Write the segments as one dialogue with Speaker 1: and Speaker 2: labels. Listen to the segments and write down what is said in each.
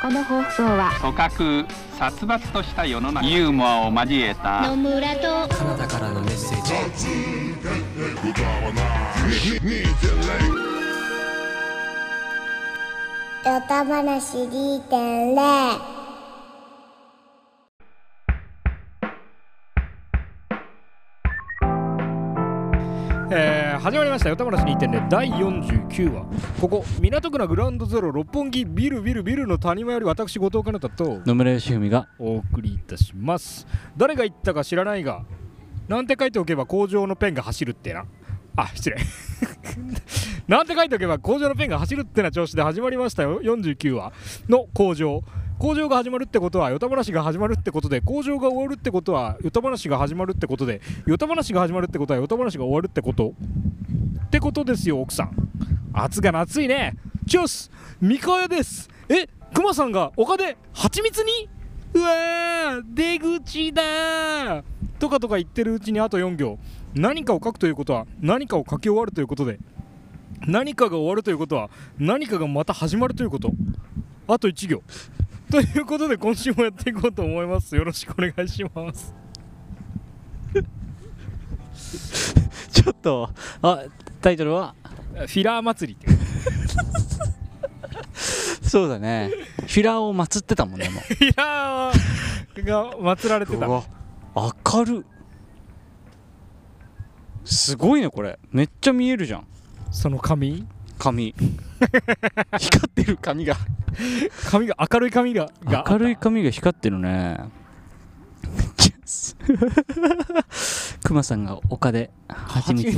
Speaker 1: この放送は
Speaker 2: 組閣殺伐とした世の中ユーモアを交えた
Speaker 3: 野村と
Speaker 4: カナダからのメッセージ
Speaker 5: ヨタ話2.0
Speaker 6: えー始まりました「よたまらし2.0」第49話ここ港区のグラウンドゼロ六本木ビルビルビルの谷間より私後藤かなたと
Speaker 7: 野村義文が
Speaker 6: お送りいたします誰が言ったか知らないがなんて書いておけば工場のペンが走るってなあ失礼 なんて書いておけば工場のペンが走るってな調子で始まりましたよ49話の工場工場が始まるってことはヨタ話が始まるってことで工場が終わるってことはヨタ話が始まるってことでヨタ話が始まるってことはヨタ話が終わるってことってことですよ奥さん暑が夏いねチュース三河屋ですえクマさんが丘で蜂蜜にうわー出口だーとかとか言ってるうちにあと4行何かを書くということは何かを書き終わるということで何かが終わるということは何かがまた始まるということあと1行ということで今週もやっていこうと思いますよろしくお願いします
Speaker 7: ちょっとあタイトルは
Speaker 6: フィラー祭りっていう
Speaker 7: そうだねフィラーを祀ってたもんねも
Speaker 6: フィラーが祀られて
Speaker 7: う
Speaker 6: た
Speaker 7: わ明るすごいねこれめっちゃ見えるじゃん
Speaker 6: その髪
Speaker 7: 髪光ってる髪が
Speaker 6: 髪が明るい髪がが
Speaker 7: 明るい髪が光ってるね クマさんが丘で蜂蜜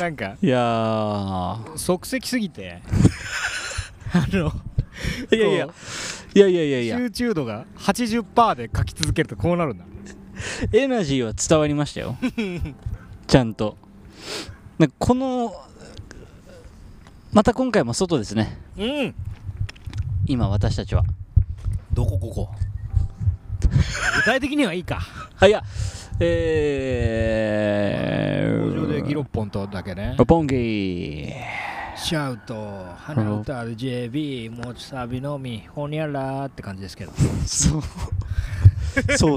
Speaker 6: なんか
Speaker 7: いやー
Speaker 6: 即席すぎてあの
Speaker 7: いやいやいやいやいやいや
Speaker 6: 集中度が80%で書き続けるとこうなるんだ
Speaker 7: エナジーは伝わりました よちゃんとなんかこのまた今回も外ですね
Speaker 6: うん
Speaker 7: 今私たちは
Speaker 6: どこここ具体的にはいいか
Speaker 7: あいやえ
Speaker 6: 工場で
Speaker 7: ー
Speaker 6: ギロッポンとだけね
Speaker 7: 六本木
Speaker 6: シャウト花歌 JB 持ちサビのみほにゃらーって感じですけど
Speaker 7: そう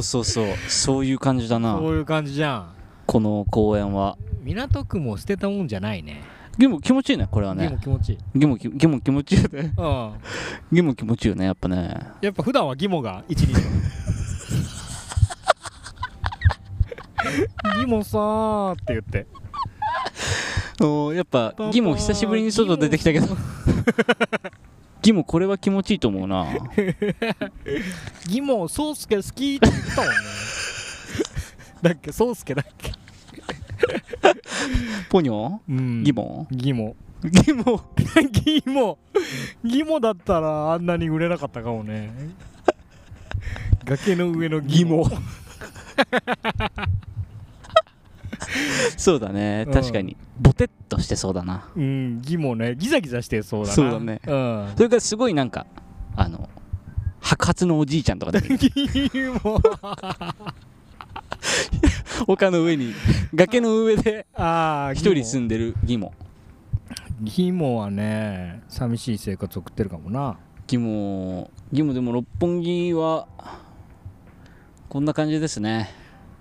Speaker 7: そうそうそうそういう感じだな
Speaker 6: そういう感じじゃん
Speaker 7: この公園は
Speaker 6: 港区も捨てたもんじゃないね
Speaker 7: でも気持ちいいねこれは
Speaker 6: でも
Speaker 7: ね
Speaker 6: 気持ちいい、
Speaker 7: でもでも気持ちいいよね
Speaker 6: うん、
Speaker 7: でも気持ちいいよねやっぱね
Speaker 6: やっぱ普段は義母が一人称 義母さーって言って
Speaker 7: おーやっぱ
Speaker 6: パパ
Speaker 7: ギモ久しぶりに外出てきたけど ギモこれは気持ちいいと思うな
Speaker 6: 義母宗介好きって言ったもんね だっけ宗介だっけ
Speaker 7: ポニョ
Speaker 6: うん
Speaker 7: ギモ
Speaker 6: 義母
Speaker 7: ギモ
Speaker 6: 義母義母だったらあんなに売れなかったかもね崖の上の義母
Speaker 7: そうだね
Speaker 6: うん
Speaker 7: 確かにボテッとしてそうだな
Speaker 6: うん義母ねギザギザしてそうだな
Speaker 7: そうだね
Speaker 6: うん
Speaker 7: それからすごいなんかあの白髪のおじいちゃんとかで
Speaker 6: 義母
Speaker 7: 丘の上に崖の上で
Speaker 6: ああ
Speaker 7: 一人住んでるギモ
Speaker 6: 義母はね寂しい生活送ってるかもな
Speaker 7: ギモギモでも六本木はこんな感じですね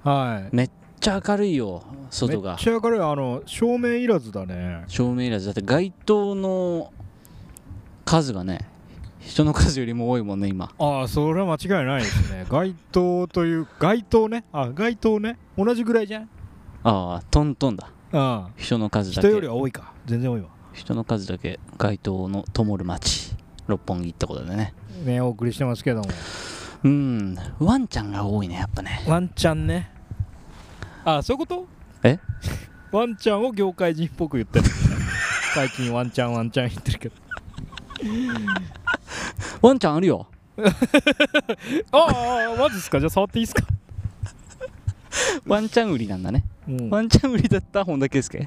Speaker 6: はい
Speaker 7: めっちゃ明るいよ
Speaker 6: め
Speaker 7: 外
Speaker 6: っ
Speaker 7: が
Speaker 6: ちゃ明るいあの照明いらずだね
Speaker 7: 照明いらずだって街灯の数がね人の数よりも多いもんね今
Speaker 6: ああそれは間違いないですね 街灯という街灯ねあ街灯ね同じぐらいじゃん
Speaker 7: ああトントンだ
Speaker 6: うん
Speaker 7: 人の数だ
Speaker 6: 人
Speaker 7: け
Speaker 6: よりは多いか全然多いわ
Speaker 7: 人の数だけ街灯の灯る街六本木ってことでね
Speaker 6: ねお送りしてますけども
Speaker 7: うんワンちゃんが多いねやっぱね
Speaker 6: ワンちゃんねあそういうこと
Speaker 7: え
Speaker 6: ワンちゃんを業界人っぽく言 ってる最近ワンちゃんワンちゃん言ってるけど
Speaker 7: ワンちゃんあるよ
Speaker 6: ああマジっすかじゃあ触っていいっすか
Speaker 7: ワンちゃん売りなんだね
Speaker 6: うん
Speaker 7: ワンちゃん売りだった本田圭佑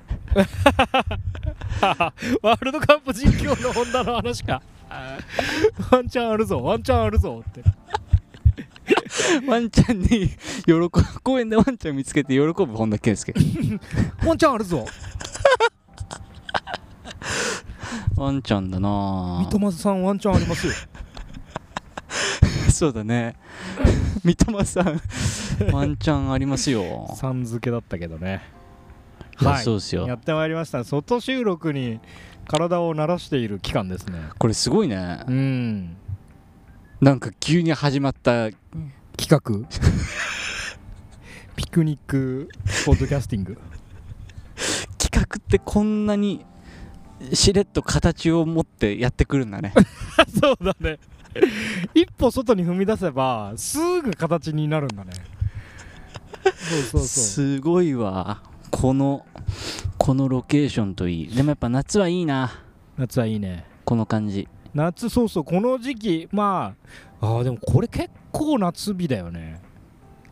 Speaker 6: ワールドカップ実況の本田の話か ワンチャンあるぞワンチャンあるぞって
Speaker 7: ワンちゃんに 喜ぶ公園でワンちゃん見つけて喜ぶ本田圭佑
Speaker 6: ワンチャンあるぞ
Speaker 7: ワンちゃんだな
Speaker 6: 三笘さんワンチャンありますよ
Speaker 7: そうだね三笘さんワンチャンありますよ
Speaker 6: さん付けだったけどね
Speaker 7: いや
Speaker 6: はい
Speaker 7: そうです
Speaker 6: や
Speaker 7: よ
Speaker 6: ってまいりました外収録に体を慣らしている期間ですね
Speaker 7: これすごいね
Speaker 6: うん
Speaker 7: なんか急に始まった
Speaker 6: 企 画ピクニックポッドキャスティング
Speaker 7: 企画ってこんなにしれっと形を持ってやってくるんだね
Speaker 6: そうだね一歩外に踏み出せばすぐ形になるんだねそうそうそう
Speaker 7: すごいわこのこのロケーションといいでもやっぱ夏はいいな
Speaker 6: 夏はいいね
Speaker 7: この感じ
Speaker 6: 夏そうそうこの時期まああーでもこれ結構夏日だよね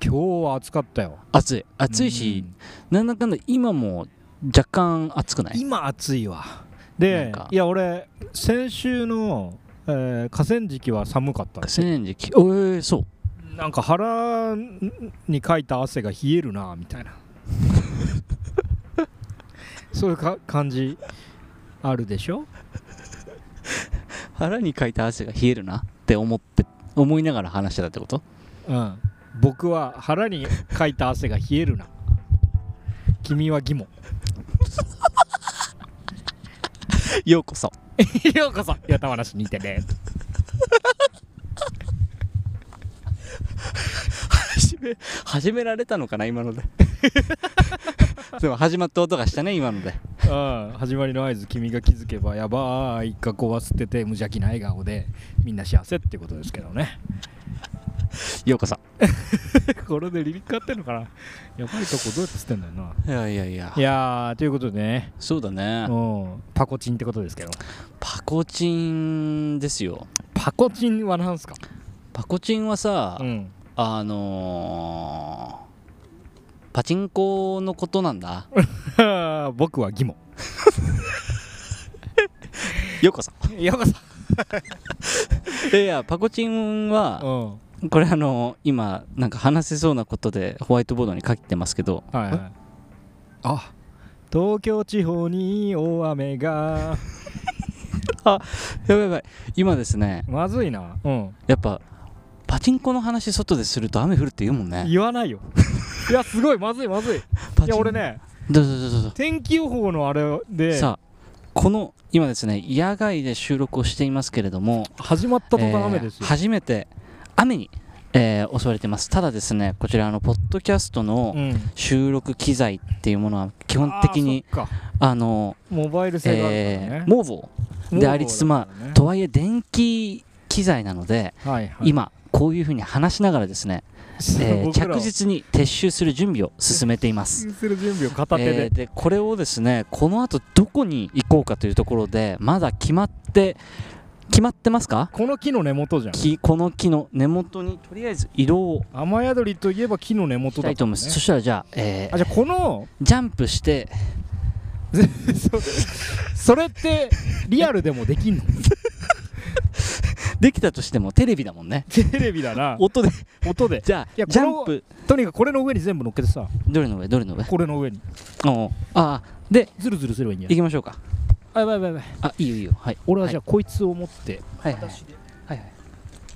Speaker 6: 今日は暑かったよ
Speaker 7: 暑い暑いし、なんだかんだ今も若干暑くな
Speaker 6: うん
Speaker 7: い
Speaker 6: 今暑いわ
Speaker 7: な
Speaker 6: で
Speaker 7: んか
Speaker 6: いや俺先週の、えー河川敷は寒かった
Speaker 7: 千円時期おえー、そう
Speaker 6: なんか腹にかいた汗が冷えるなみたい なそういうか感じあるでしょ
Speaker 7: 腹にかいた汗が冷えるなって思って思いながら話してたってこと
Speaker 6: うん僕は腹にかいた汗が冷えるな君は疑問
Speaker 7: ようこそ
Speaker 6: ようこそやたわらしにいてね
Speaker 7: 始め始められたのかな今ので でも始まった音がしたね今ので
Speaker 6: うん始まりの合図君が気づけばやばい過去は捨てて無邪気な笑顔でみんな幸せってことですけどね
Speaker 7: ようこそ
Speaker 6: これでリリック合ってんのかなやばい過去どうやって捨てんだよない
Speaker 7: やいやいや
Speaker 6: いやーということでね
Speaker 7: そうだね
Speaker 6: うん、パコチンってことですけど
Speaker 7: パコチンですよ
Speaker 6: パコチンは何すか、
Speaker 7: パコチンはさ、
Speaker 6: うん、
Speaker 7: あのーパチンコのことな んだ
Speaker 6: 僕は疑問
Speaker 7: ようこそ
Speaker 6: ようこそ
Speaker 7: いやいやパコチンは、これあのー今なんか話せそうなことでホワイトボードに書いてますけど、
Speaker 6: はい、はい、あ東京地方に大雨が
Speaker 7: やばいやばい今ですね
Speaker 6: まずいな、うん、
Speaker 7: やっぱパチンコの話外ですると雨降るって言うもんね
Speaker 6: 言わ ないよいやすごいまずいまずいい
Speaker 7: パチン
Speaker 6: や俺ね
Speaker 7: どうぞどうぞどう
Speaker 6: 天気予報のあれ
Speaker 7: ぞ
Speaker 6: で
Speaker 7: さあこの今ですね野外で収録をしていますけれども
Speaker 6: 始まった途端雨です
Speaker 7: えー
Speaker 6: よ、
Speaker 7: 初めて雨に、えー襲われてますただですねこちらあのポッドキャストの
Speaker 6: うん
Speaker 7: 収録機材っていうものは基本的に
Speaker 6: あーそっか
Speaker 7: あの、
Speaker 6: モバイル性があるから
Speaker 7: え
Speaker 6: ね
Speaker 7: ー、、モーボ
Speaker 6: モー
Speaker 7: でありつつ
Speaker 6: ボ
Speaker 7: ま
Speaker 6: ーだからね
Speaker 7: ーとはいえ電気機材なので、
Speaker 6: はいはい、
Speaker 7: 今こういうふうに話しながらで すね、えー
Speaker 6: 僕ら
Speaker 7: 着
Speaker 6: は
Speaker 7: 実に撤収する準備を進めて います
Speaker 6: する準備を片手で、
Speaker 7: えーでこれをですねこの後どこに行こうかというところでまだ決まって決まってますか
Speaker 6: この木の根元じゃん
Speaker 7: 木この木の根元にとりあえず移動を
Speaker 6: 雨宿りといえば木の根
Speaker 7: し
Speaker 6: 元
Speaker 7: た
Speaker 6: だ
Speaker 7: いと
Speaker 6: と
Speaker 7: 思います、そしたらじゃあ、えー
Speaker 6: あじゃあこの
Speaker 7: ジャンプして
Speaker 6: そそれってリアルでもできんの
Speaker 7: できたとしてもテレビだも んね
Speaker 6: テレビだな
Speaker 7: 音で
Speaker 6: 音で
Speaker 7: じ
Speaker 6: い
Speaker 7: ゃあ
Speaker 6: や
Speaker 7: ジャン
Speaker 6: こ
Speaker 7: プ
Speaker 6: とにかくこれの上に全部乗っけてさ
Speaker 7: どれの上どれの上
Speaker 6: これの上に
Speaker 7: おうああで
Speaker 6: ズルズルすればいいんじゃな
Speaker 7: 行
Speaker 6: い
Speaker 7: きましょうか
Speaker 6: あやばいやばいやばい
Speaker 7: あいいよいいよはい
Speaker 6: 俺はじゃあこいつを持って
Speaker 7: はいはいはいはい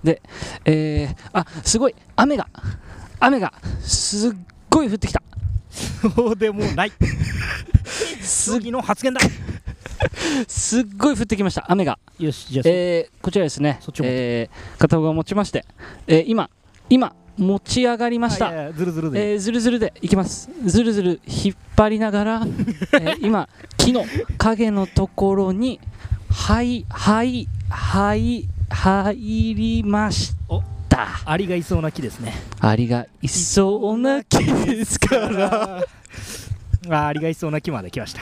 Speaker 7: でえー、あすごい雨が雨がすっごい降ってきた
Speaker 6: そう でもない
Speaker 7: す
Speaker 6: 次の発言だ
Speaker 7: すっごい降ってきました雨が
Speaker 6: よしじゃあ、
Speaker 7: えー、こちらですね
Speaker 6: そっちを持って
Speaker 7: えー、片方が持ちまして、えー、今今持ち上がりました
Speaker 6: あいやいやズルズルで、
Speaker 7: えー、ずるずるでいきますずるずる引っ張りな がら、えー今木の影のところにはいはいはい入りました
Speaker 6: アリがいそうな木ですね
Speaker 7: アリがいそうな木ですから
Speaker 6: あーアリがいそうな木まで来ました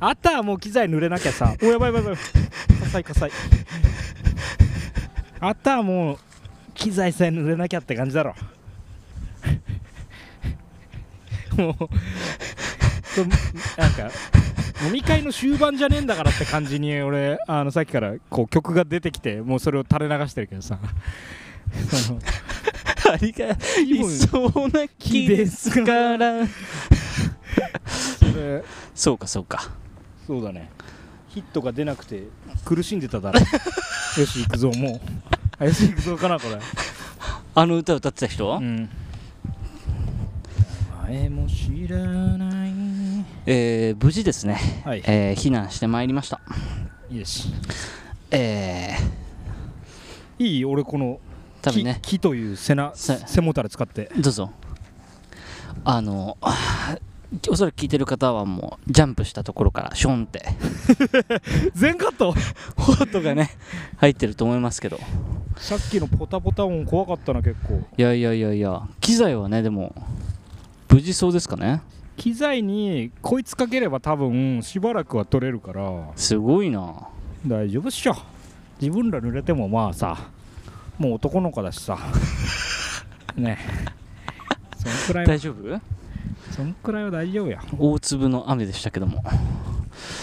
Speaker 6: あとはもう機材濡れなきゃさおやばいやばいやばい火災火災あとはもう機材さえ濡れなきゃって感じだろもうそうなんか飲み会の終盤じゃねえんだからって感じに俺あのさっきからこう曲が出てきてもうそれを垂れ流してるけどさその
Speaker 7: アリがいそうな木ですから
Speaker 6: それ
Speaker 7: そうかそうか
Speaker 6: そうだねヒットが出なくて苦しんでた だろよし行くぞもうあよし行くぞかなこれ
Speaker 7: あの歌歌ってた人、
Speaker 6: うん前も知らない
Speaker 7: えー無事ですね、
Speaker 6: はい
Speaker 7: えー避難してまいりました、
Speaker 6: いいです
Speaker 7: えー
Speaker 6: いい俺この
Speaker 7: 多分ね
Speaker 6: 木木という背な
Speaker 7: せ
Speaker 6: 背もたれ使って
Speaker 7: どうぞあのおそらく聞いてる方はもうジャンプしたところからションって
Speaker 6: 全カット
Speaker 7: 音がね入ってると思いますけど
Speaker 6: さっきのポタポタ音怖かったな結構
Speaker 7: いやいやいやいや機材はねでも無事そうですかね
Speaker 6: 機材にこいつかければ多分しばらくは取れるから
Speaker 7: すごいな
Speaker 6: 大丈夫っしょ自分ら濡れてもまあさもう男の子だし さねえそんくらいは
Speaker 7: 大丈夫
Speaker 6: そんくらいは大丈夫や
Speaker 7: 大粒の雨でしたけども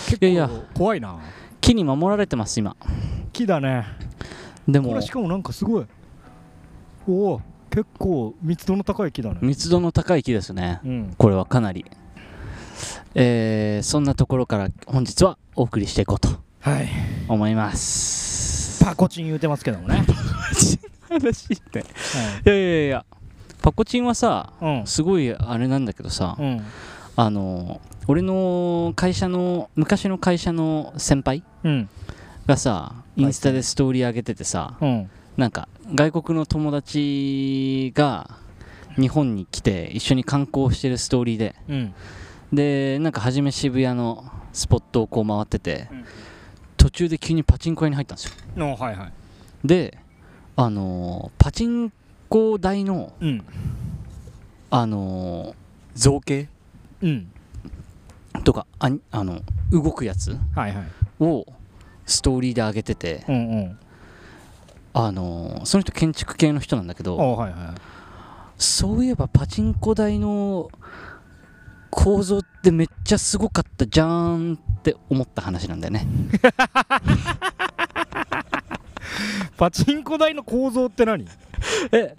Speaker 6: 結
Speaker 7: いやいや
Speaker 6: 怖いな
Speaker 7: 木に守られてます今
Speaker 6: 木だね
Speaker 7: で
Speaker 6: こ
Speaker 7: も
Speaker 6: れしかもなんかすごいおお結構密度の高い木だね
Speaker 7: 密度の高い木ですね
Speaker 6: うん
Speaker 7: これはかなり、えーそんなところから本日はお送りしていこうと
Speaker 6: はい
Speaker 7: 思います
Speaker 6: パコチン言うてますけどもね、
Speaker 7: 話っていやいやいやパコチンはさ
Speaker 6: はい、
Speaker 7: すごいあれなんだけどさ、
Speaker 6: うんうん
Speaker 7: あの俺の会社の昔の会社の先輩
Speaker 6: うん
Speaker 7: がさインスタでストーリー上げててさ
Speaker 6: うん
Speaker 7: なんか外国の友達が日本に来て一緒に観光してるストーリーで
Speaker 6: うん
Speaker 7: でなんか初め渋谷のスポットをこう回ってて、
Speaker 6: うん
Speaker 7: 途中で急にパチンコ屋に入ったんですよ
Speaker 6: のはいはい
Speaker 7: であのーパチンコ台の
Speaker 6: うん
Speaker 7: あのー造形
Speaker 6: うん
Speaker 7: とかああの動くやつ
Speaker 6: はいはい
Speaker 7: をストーリーで上げてて
Speaker 6: うんうん
Speaker 7: あのーその人建築系の人なんだけ
Speaker 6: あ
Speaker 7: ど
Speaker 6: はいはい
Speaker 7: そういえばパチンコ台の構造ってめっちゃすごかったじゃーんって思った話なんだよね
Speaker 6: パチンコ台の構造って何
Speaker 7: え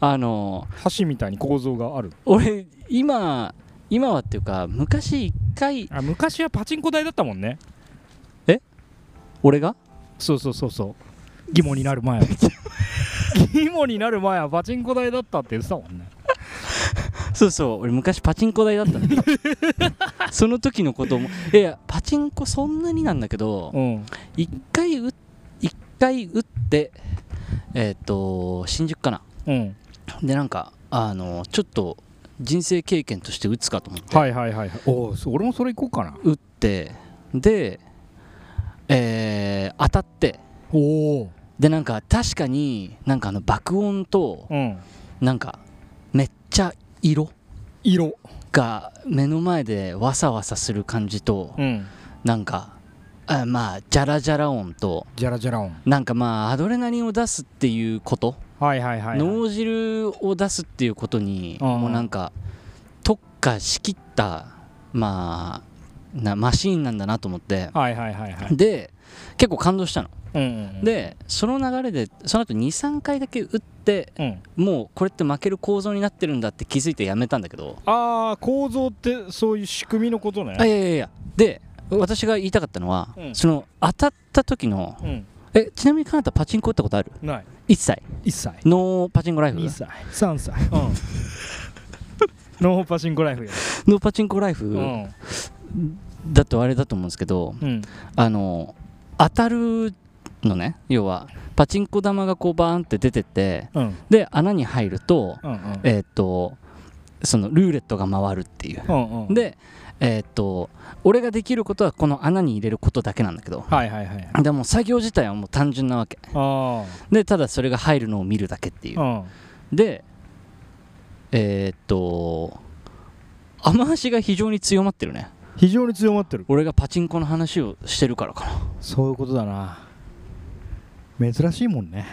Speaker 7: あのー
Speaker 6: 橋みたいに構造がある
Speaker 7: 俺今今はっていうか昔一回
Speaker 6: あ昔はパチンコ台だったもんね
Speaker 7: 俺が
Speaker 6: そうそうそうそう疑問になる前は疑問になる前はパチンコ台だったって言ってたもんね
Speaker 7: そうそう俺昔パチンコ台だったんだけどその時のこともいやいやパチンコそんなになんだけど
Speaker 6: うん
Speaker 7: 一回打っ一回打ってえっ、と新宿かな
Speaker 6: うん
Speaker 7: でなんかあのちょっと人生経験として打つかと思って、
Speaker 6: はいはいはいはいおお俺もそれ行こうかな
Speaker 7: 打ってでえー当たって
Speaker 6: おお
Speaker 7: でなんか確かになんかあの爆音と
Speaker 6: うん
Speaker 7: なんかめっちゃ色
Speaker 6: 色
Speaker 7: が目の前でわさわさする感じと、
Speaker 6: うん
Speaker 7: なんかあまあジャラジャラ音と
Speaker 6: ジャラジャラ音
Speaker 7: なんかまあアドレナリンを出すっていうこと、
Speaker 6: はいはいはいはい
Speaker 7: 脳汁を出すっていうことに、
Speaker 6: うん
Speaker 7: もうなんか特化しきったまあなマシーンなんだなと思って、
Speaker 6: はいはいはい はい
Speaker 7: で結構感動したの、
Speaker 6: うんうん
Speaker 7: でその流れでその後23回だけ打って
Speaker 6: うん
Speaker 7: もうこれって負ける構造になってるんだって気づいてやめたんだけど、
Speaker 6: ああ構造ってそういう仕組みのことね
Speaker 7: あいやいやいやで私が言いたかったのは、
Speaker 6: うん
Speaker 7: その当たった時の
Speaker 6: うん
Speaker 7: えちなみにかなたパチンコ打ったことある
Speaker 6: ない
Speaker 7: 1歳
Speaker 6: 1歳
Speaker 7: ノーパチンコライフ
Speaker 6: 2歳3歳 うんノーパチンコライフや
Speaker 7: ノーパチンコライ
Speaker 6: う
Speaker 7: フ
Speaker 6: ん
Speaker 7: だとあれだと思うんですけど、
Speaker 6: うん
Speaker 7: あの当たるのね要はパチンコ玉がこうバーンって出てって
Speaker 6: うん
Speaker 7: で穴に入ると
Speaker 6: うんうん
Speaker 7: えーっ、とそのルーレットが回るっていう
Speaker 6: うんうん
Speaker 7: でえーっ、と俺ができることはこの穴に入れることだけなんだけど
Speaker 6: はいはいはい
Speaker 7: でも作業自体はもう単純なわけ
Speaker 6: あ
Speaker 7: でただそれが入るのを見るだけっていう
Speaker 6: あ
Speaker 7: でえーっと雨足が非常に強まってるね
Speaker 6: 非常に強まってる
Speaker 7: 俺がパチンコの話をしてるからかな
Speaker 6: そういうことだな珍しいもんね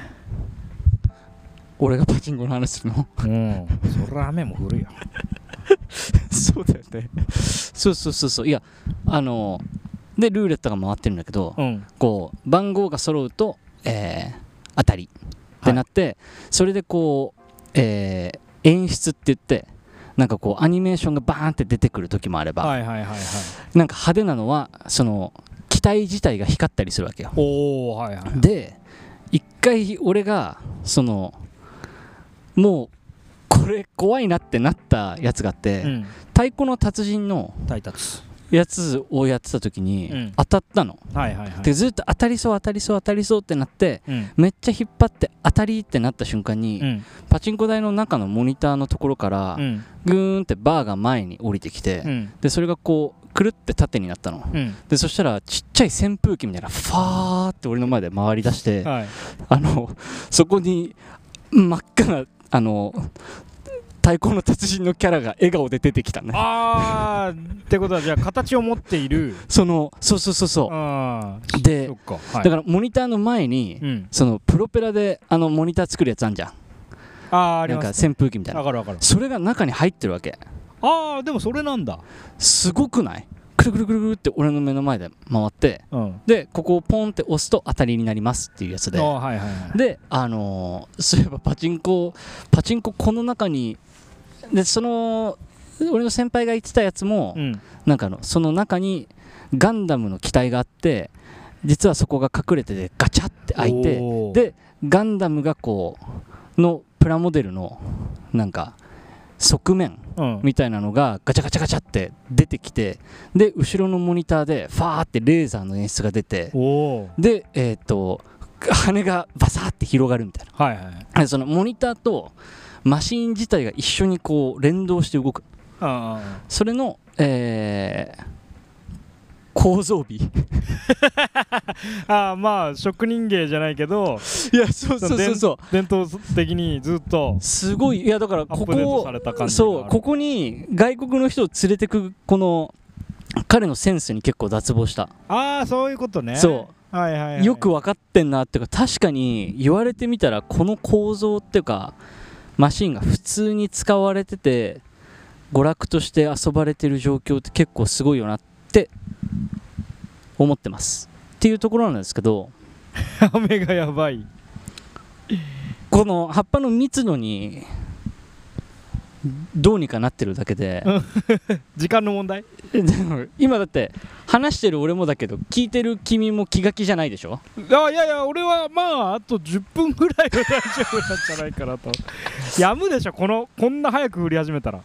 Speaker 7: 俺がパチンコの話するの
Speaker 6: うんそりゃ雨も降るよ
Speaker 7: そうだよねそうそうそうそういやあのでルーレットが回ってるんだけど
Speaker 6: うん
Speaker 7: こう番号が揃うとえー当たりってなって、それでこうえー演出って言ってなんかこうアニメーションがバーンって出てくる時もあれば、
Speaker 6: はいはいはいはい
Speaker 7: なんか派手なのはその切っ体自体が光ったりするわけよ
Speaker 6: おおはいはい
Speaker 7: で一回俺がそのもうこれ怖いなってなったやつがあって、
Speaker 6: うん
Speaker 7: 太鼓の達人の
Speaker 6: タイタツ
Speaker 7: やつをやってた時
Speaker 6: う
Speaker 7: に
Speaker 6: ん
Speaker 7: 当たったの、
Speaker 6: はいはいはい
Speaker 7: でずっと当たりそう当たりそう当たりそうってなって
Speaker 6: うん
Speaker 7: めっちゃ引っ張って当たりってなった瞬間に、
Speaker 6: うん
Speaker 7: パチンコ台の中のモニターのところから、
Speaker 6: うん
Speaker 7: グーンってバーが前に降りてきて、
Speaker 6: うん
Speaker 7: でそれがこうくるって縦になったの
Speaker 6: うん
Speaker 7: でそしたらちっちゃい扇風機みたいなファーって俺の前で回り出して
Speaker 6: はい
Speaker 7: あのそこに真っ赤なあの太鼓の達人のキャラが笑顔で出てきたね
Speaker 6: あーってことはじゃあ形を持っている
Speaker 7: そのそうそうそうそ
Speaker 6: あ
Speaker 7: う
Speaker 6: ー
Speaker 7: で
Speaker 6: そっかはい
Speaker 7: だからモニターの前に、
Speaker 6: うん
Speaker 7: そのプロペラであのモニター作るやつあんじゃん
Speaker 6: あああり
Speaker 7: なん
Speaker 6: ま
Speaker 7: か
Speaker 6: す
Speaker 7: 扇風機みたい
Speaker 6: わ
Speaker 7: な
Speaker 6: かるわかる
Speaker 7: それが中に入ってるわけ
Speaker 6: ああでもそれなんだ
Speaker 7: すごくないくるくるくるくるって俺の目の前で回って
Speaker 6: うん
Speaker 7: でここをポンって押すと当たりになりますっていうやつ
Speaker 6: あ
Speaker 7: で
Speaker 6: ーはいはいはい
Speaker 7: であのーそういえばパチンコパチンコこの中にでその俺の先輩が言ってたやつも、
Speaker 6: うん
Speaker 7: なんかあのその中にガンダムの機体があって実はそこが隠れててガチャって開いて
Speaker 6: おー
Speaker 7: でガンダムがこうのプラモデルのなんか側面
Speaker 6: うん
Speaker 7: みたいなのがガチャガチャガチャって出てきてで後ろのモニターでファーってレーザーの演出が出て
Speaker 6: おお
Speaker 7: でえっ、と羽がバサーって広がるみたいな。
Speaker 6: はいはい
Speaker 7: あそのモニターとマシン自体が一緒にこう連動して動く
Speaker 6: あ
Speaker 7: それの、えー構造美い
Speaker 6: ーあーまあ職人芸じゃないけど
Speaker 7: やそう
Speaker 6: そうそう
Speaker 7: そ
Speaker 6: 伝統的にずっと
Speaker 7: すごいいやだから
Speaker 6: ア
Speaker 7: こ
Speaker 6: ップデート
Speaker 7: こ
Speaker 6: された感じがある
Speaker 7: そうここに外国の人を連れてくこの彼のセンスに結構脱帽した、
Speaker 6: ああそういうことね
Speaker 7: そう
Speaker 6: はいはい、はい、
Speaker 7: よく分かってんなっていうか確かに言われてみたらこの構造っていうかマシンが普通に使われてて娯楽として遊ばれてる状況って結構すごいよなって思ってますっていうところなんですけど
Speaker 6: 雨がやばい
Speaker 7: この葉っぱの密度にどうにかなってるだけで
Speaker 6: 時間の問題
Speaker 7: でも 今だって話してる俺もだけど聞いてる君も気が気じゃないでしょ
Speaker 6: あいやいや俺はまああと10分ぐらいは大丈夫なんじゃないかなと やむでしょこのこんな早く降り始めたら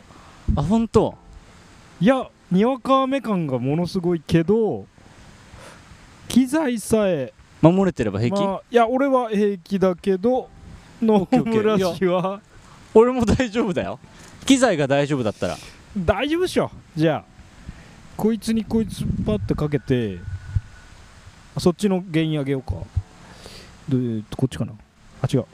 Speaker 7: あ本当
Speaker 6: いやにわか雨感がものすごいけど機材さえ、
Speaker 7: 守れてれば平気、
Speaker 6: まあ、いや俺は平気だけど野
Speaker 7: ケーオッケー
Speaker 6: 村氏は
Speaker 7: 俺も大丈夫だよ機材が大丈夫だったら
Speaker 6: 大丈夫っしょじゃあこいつにこいつパッてかけてあそっちの原因あげようかでこっちかなあ違う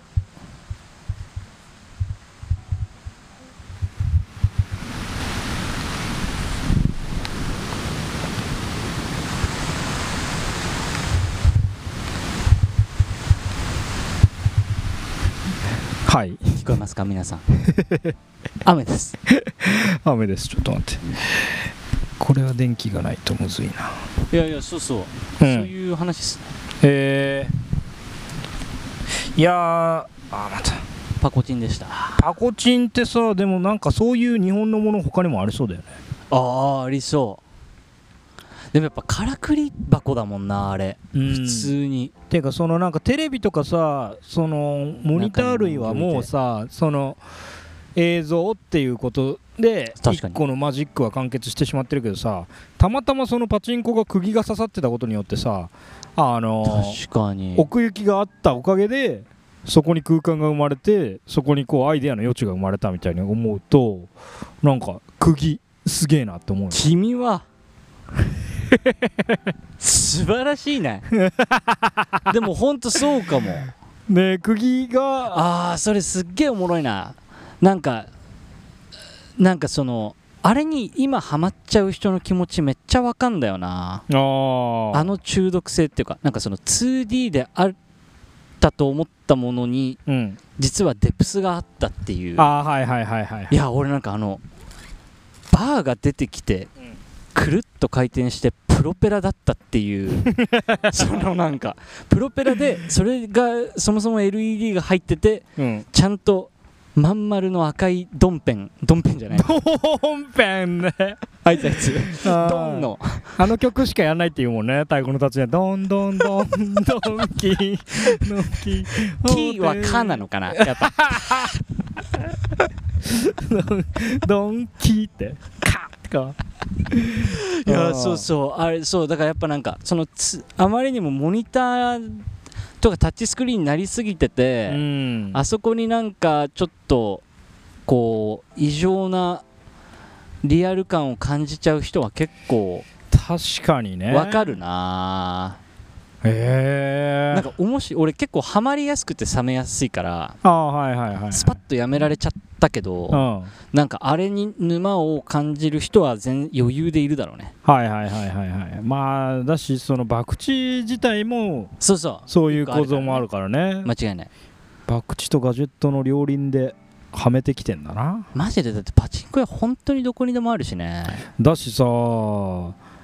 Speaker 6: はい
Speaker 7: 聞こえますか皆 さん雨です
Speaker 6: 雨ですちょっと待ってこれは電気がないとむずいな、
Speaker 7: いやいやそうそう、
Speaker 6: う
Speaker 7: そういう話ですね
Speaker 6: えーいやーあーまた
Speaker 7: パコチンでしたあ
Speaker 6: パコチンってさでもなんかそういう日本のもの他にもありそうだよね
Speaker 7: あありそうでもやっぱからくり箱だもんなあれ、普
Speaker 6: 普通
Speaker 7: 通に
Speaker 6: ていうかそのなんかテレビとかさそのモニター類はもうさその映像っていうことで
Speaker 7: 確か
Speaker 6: 1
Speaker 7: に
Speaker 6: 個のマジックは完結してしまってるけどさたまたまそのパチンコが釘が刺さってたことによってさあのー
Speaker 7: 確かに
Speaker 6: 奥行きがあったおかげでそこに空間が生まれてそこにこうアイデアの余地が生まれたみたいに思うとなんか釘すげえなって思うよ
Speaker 7: 君は素晴らしいねでもほんとそうかも
Speaker 6: ね釘が
Speaker 7: ああそれすっげえおもろいななんかなんかそのあれに今ハマっちゃう人の気持ちめっちゃわかんだよな
Speaker 6: あー
Speaker 7: あの中毒性っていうかなんかその 2D であったと思ったものに
Speaker 6: うん
Speaker 7: 実はデプスがあったっていう
Speaker 6: あーはいはいはいはい
Speaker 7: いや俺なんかあのバーが出てきてくるっと回転してプロペラだったっていう そのなんかプロペラでそれがそもそも LED が入ってて
Speaker 6: うん
Speaker 7: ちゃんとまん丸の赤いドンペンドンペンじゃない
Speaker 1: 本編ね
Speaker 7: あいつあいつ
Speaker 1: あー
Speaker 7: ドンの
Speaker 1: あの曲しかやらないっていうもんね太鼓の達人はどんどんどんどんキーのキー
Speaker 7: キーはカなのかなやっぱ
Speaker 1: ドンキーってカッか
Speaker 7: いや
Speaker 1: あー
Speaker 7: そうそうあれそうだからやっぱなんかそのつあまりにもモニターとかタッチスクリーンになりすぎてて、
Speaker 1: うん
Speaker 7: あそこになんかちょっとこう異常なリアル感を感じちゃう人は結構
Speaker 1: 確かにね
Speaker 7: わかるな、
Speaker 1: へえ
Speaker 7: なんかおもし俺結構ハマりやすくて冷めやすいから
Speaker 1: ああはいはいはいはい
Speaker 7: スパッとやめられちゃったけど、
Speaker 1: うん
Speaker 7: なんかあれに沼を感じる人は全余裕でいるだろうね
Speaker 1: はいはいはいはいはいまあだしその博打自体も
Speaker 7: そうそ
Speaker 1: そういう構造もあるからね
Speaker 7: う間違いない
Speaker 1: 博打とガジェットの両輪ではめてきてんだな
Speaker 7: マジでだってパチンコ屋本当にどこにでもあるしね
Speaker 1: だしさい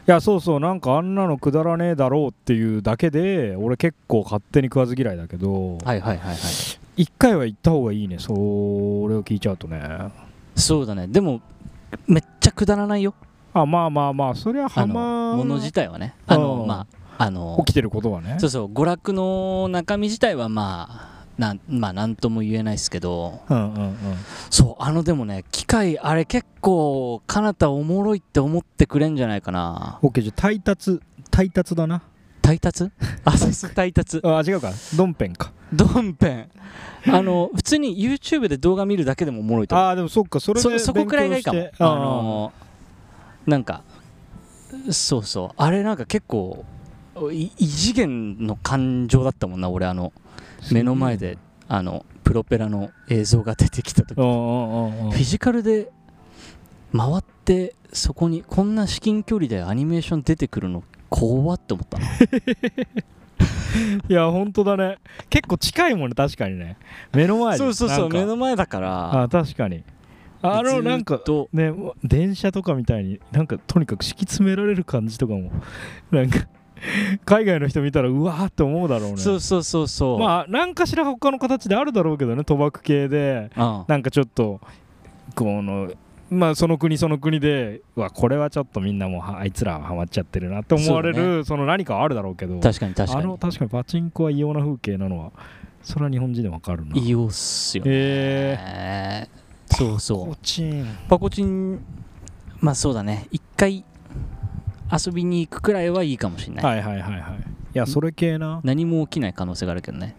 Speaker 1: やそうそうなんかあんなのくだらねえだろうっていうだけで俺結構勝手に食わず嫌いだけど
Speaker 7: はいはいはいはい
Speaker 1: 一回は行った方がいいねそれを聞いちゃうとね
Speaker 7: そうだねでもめっちゃくだらないよ
Speaker 1: あまあまあまあそりゃ
Speaker 7: あ
Speaker 1: ハ
Speaker 7: の
Speaker 1: マ
Speaker 7: もの自体はねあ
Speaker 1: う
Speaker 7: の
Speaker 1: ん
Speaker 7: まああの
Speaker 1: 起きてることはね
Speaker 7: そうそう娯楽の中身自体はまあなんまあなんとも言えないですけど
Speaker 1: うんうんうん
Speaker 7: そうあのでもね機械あれ結構かなたおもろいって思ってくれんじゃないかな
Speaker 1: OK じゃあ対達対達だな
Speaker 7: 対達 あそうそう対達
Speaker 1: あ違うかドンペンか
Speaker 7: ドンペンあの普通に YouTube で動画見るだけでもおもろいと思う
Speaker 1: あーでもそっかそれで
Speaker 7: そそこくらいがいいかも
Speaker 1: 勉強して
Speaker 7: あ
Speaker 1: あ
Speaker 7: のなんかそうそうあれなんか結構い異次元の感情だったもんな俺あの
Speaker 1: ー
Speaker 7: 目の前であのプロペラの映像が出てきた時
Speaker 1: う
Speaker 7: フ
Speaker 1: んうんうんうん
Speaker 7: ィジカルで回ってそこにこんな至近距離でアニメーション出てくるの怖って思ったない
Speaker 1: や本当だね結構近いもんね確かにね目の前で
Speaker 7: そうそう
Speaker 1: な
Speaker 7: そうん
Speaker 1: か
Speaker 7: 目の前だから
Speaker 1: あ確かにあ
Speaker 7: ずー
Speaker 1: の
Speaker 7: っ
Speaker 1: なんか
Speaker 7: と
Speaker 1: ねもう電車とかみたいになんかとにかく敷き詰められる感じとかもなんか海外の人見たらうわーって思うだろうね
Speaker 7: そうそうそうそう
Speaker 1: まあ何かしら他の形であるだろうけどね賭博系で
Speaker 7: あ
Speaker 1: なんかちょっとこのまあその国その国でうわこれはちょっとみんなもうはあいつらはハマっちゃってるなって思われ
Speaker 7: そうだ
Speaker 1: るその何かはあるだろうけど
Speaker 7: 確かに確か
Speaker 1: あの
Speaker 7: に
Speaker 1: 確かにパチンコは異様な風景なのはそれは日本人でわかるな
Speaker 7: 異様っすよね
Speaker 1: え
Speaker 7: えーそう
Speaker 1: ー、
Speaker 7: そ
Speaker 1: コチン
Speaker 7: うパコチンまあそうだね一回遊びに行くくらいはいいかもしれない、
Speaker 1: はいはいはいはいいやそれ系な
Speaker 7: 何も起きない可能性があるけどね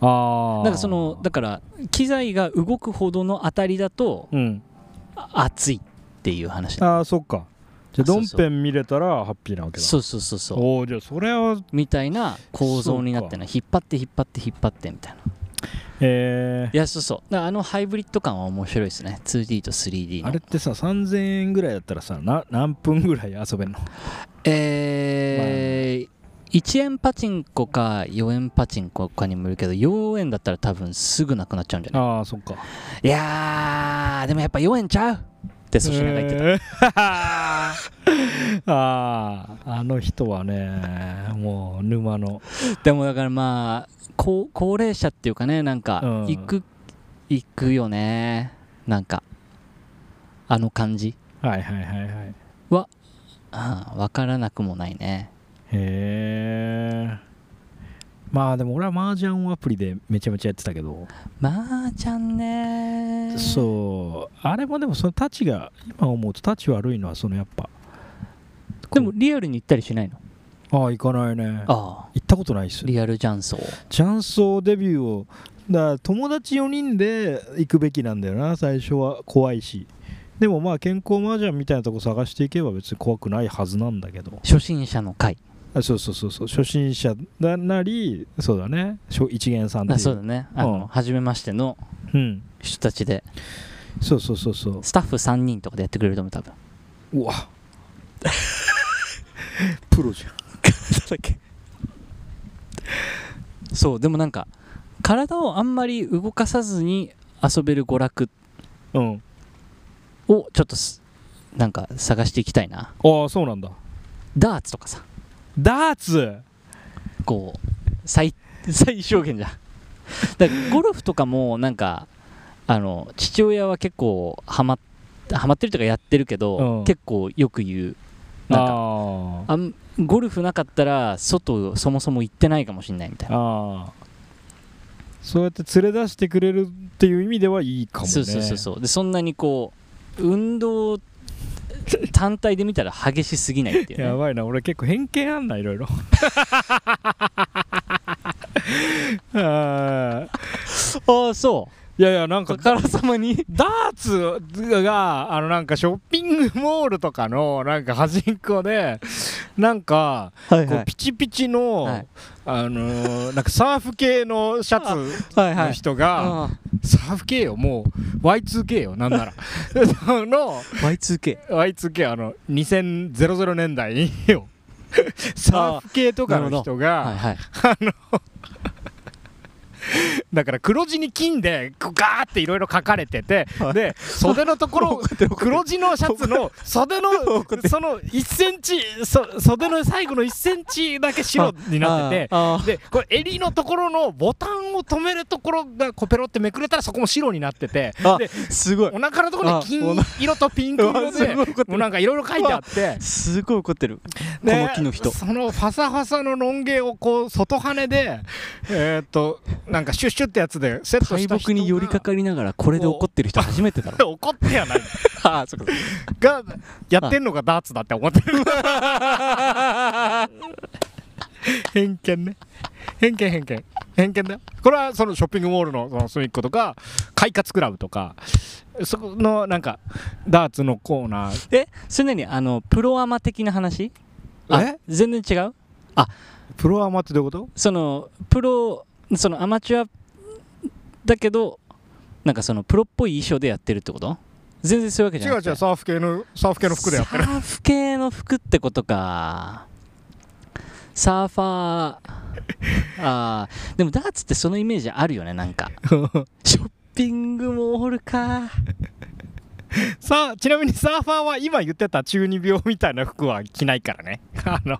Speaker 1: ああ
Speaker 7: なんかそのだから機材が動くほどの当たりだと
Speaker 1: うん
Speaker 7: あ熱いっていう話
Speaker 1: ああそっかじゃあ
Speaker 7: そ
Speaker 1: ド
Speaker 7: う
Speaker 1: ン
Speaker 7: そう
Speaker 1: ペン見れたらハッピーなわけだ
Speaker 7: そうそうそうそう
Speaker 1: おおじゃあそれは
Speaker 7: みたいな構造になってない引っ張って引っ張って引っ張ってみたいな
Speaker 1: え
Speaker 7: いやそうそうだからあのハイブリッド感は面白いですね 2D と 3D
Speaker 1: ー、
Speaker 7: の
Speaker 1: あれってさ3000円ぐらいだったらさな何分ぐらい遊べんの
Speaker 7: えー1円パチンコか4円パチンコかにもよるけど4円だったら多分すぐなくなっちゃうんじゃない
Speaker 1: ああそっか
Speaker 7: いやーでもやっぱ4円ちゃうって粗品が言ってた、
Speaker 1: えー あああの人はねもう沼の
Speaker 7: でもだからまあ高高齢者っていうかねなんか
Speaker 1: うん
Speaker 7: 行く、行くよねなんかあの感じ
Speaker 1: はいはいはいはいへ
Speaker 7: うんわからなくもないね
Speaker 1: えまあでも俺は麻雀をアプリでめちゃめちゃやってたけど
Speaker 7: まあちゃんね
Speaker 1: そうあれもでもそのタチが今思うとタチ悪いのはそのやっぱ
Speaker 7: でもリアルに行ったりしないの
Speaker 1: ああ行かないね
Speaker 7: ああ
Speaker 1: 行ったことないっす
Speaker 7: リアル雀荘
Speaker 1: 雀荘デビューをだから友達4人で行くべきなんだよな最初は怖いしでもまあ健康麻雀みたいなとこ探していけば別に怖くないはずなんだけど
Speaker 7: 初心者の会
Speaker 1: あそうそうそうそう初心者だなりそうだね初一元さんってい
Speaker 7: あ
Speaker 1: う
Speaker 7: そうだねあの、
Speaker 1: うん
Speaker 7: 初めましての
Speaker 1: うん
Speaker 7: 人たちで
Speaker 1: そうそうそうそう
Speaker 7: スタッフ3人とかでやってくれると思う多分
Speaker 1: う わプロじゃん
Speaker 7: そうでもなんか体をあんまり動かさずに遊べる娯楽
Speaker 1: うん
Speaker 7: をちょっとすなんか探していきたいな
Speaker 1: ああそうなんだ
Speaker 7: ダーツとかさ
Speaker 1: ダーツ
Speaker 7: こう最最小限じゃんだからゴルフとかもなんかあの父親は結構ハマっハマってるというかやってるけど、
Speaker 6: うん
Speaker 7: 結構よく言うなんか
Speaker 6: あ
Speaker 7: あんゴルフなかったら外そもそも行ってないかもしれないみたいな
Speaker 6: あーそうやって連れ出してくれるっていう意味ではいいかもね
Speaker 7: そうそうそうそうでそんなにこう運動単体で見たら激しすぎないっていう、ね、
Speaker 6: やばいな俺結構偏見あんないろい ろあー
Speaker 7: ああそ
Speaker 6: いやいやなん
Speaker 7: う
Speaker 6: か
Speaker 7: からさまに
Speaker 6: ダーツがあのなんかショッピングモールとかのなんか端っこでなんか
Speaker 7: はい
Speaker 6: こうピチピチの、
Speaker 7: はい
Speaker 6: あのーなんかサーフ系のシャ ツ
Speaker 7: はい
Speaker 6: の人が、サーフ系よもう Y2K よなんならその
Speaker 7: Y2K
Speaker 6: Y2K あの2000年代よサーフ系とかの人が、
Speaker 7: はいはい
Speaker 6: だから黒字に金でこうガーっていろいろ書かれてて、
Speaker 7: はい
Speaker 6: で袖のと ころ黒字のシャツの袖のその1センチそ袖の最後の1センチだけ白になってて
Speaker 7: あー
Speaker 6: でこれ襟のところのボタンを止めるところがこうペロってめくれたらそこも白になってて
Speaker 7: あーあ
Speaker 6: です
Speaker 7: ごい
Speaker 6: お腹のところに金色とピンク 色で
Speaker 7: うわすごい怒ってる
Speaker 6: もうなんかいろいろ書いてあ って。
Speaker 7: すごい怒ってる、
Speaker 6: ね
Speaker 7: この木の人
Speaker 6: そのファサファサのロン毛をこう外羽で えーっとなんかシュッシュってやつでセットし
Speaker 7: 大
Speaker 6: た人
Speaker 7: 木に寄りかかりながらこれで怒ってる人初めてだ ろ
Speaker 6: が怒ってやない
Speaker 7: ああそこ
Speaker 6: がやってんのがダーツだって思って る偏見ね偏見偏見偏見だよこれはそのショッピングモールのその隅っことか快活クラブとかそこのなんかダーツのコーナー
Speaker 7: えそれ何あのプロアマ的な話あ
Speaker 6: え
Speaker 7: 全然違う
Speaker 6: プロアマってどういうこと
Speaker 7: そのプロそのアマチュアだけどなんかそのプロっぽい衣装でやってるってこと全然そういうわけじ
Speaker 6: 違
Speaker 7: ゃ
Speaker 6: う違う
Speaker 7: なくて
Speaker 6: サーフ系のサーフ系の服でやってる
Speaker 7: サーフ系の服ってことかサーファーあーでもダーツってそのイメージあるよねな んかショッピングモールか
Speaker 6: さあちなみにサーファーは今言ってた中二病みたいな服は着ないから ねあの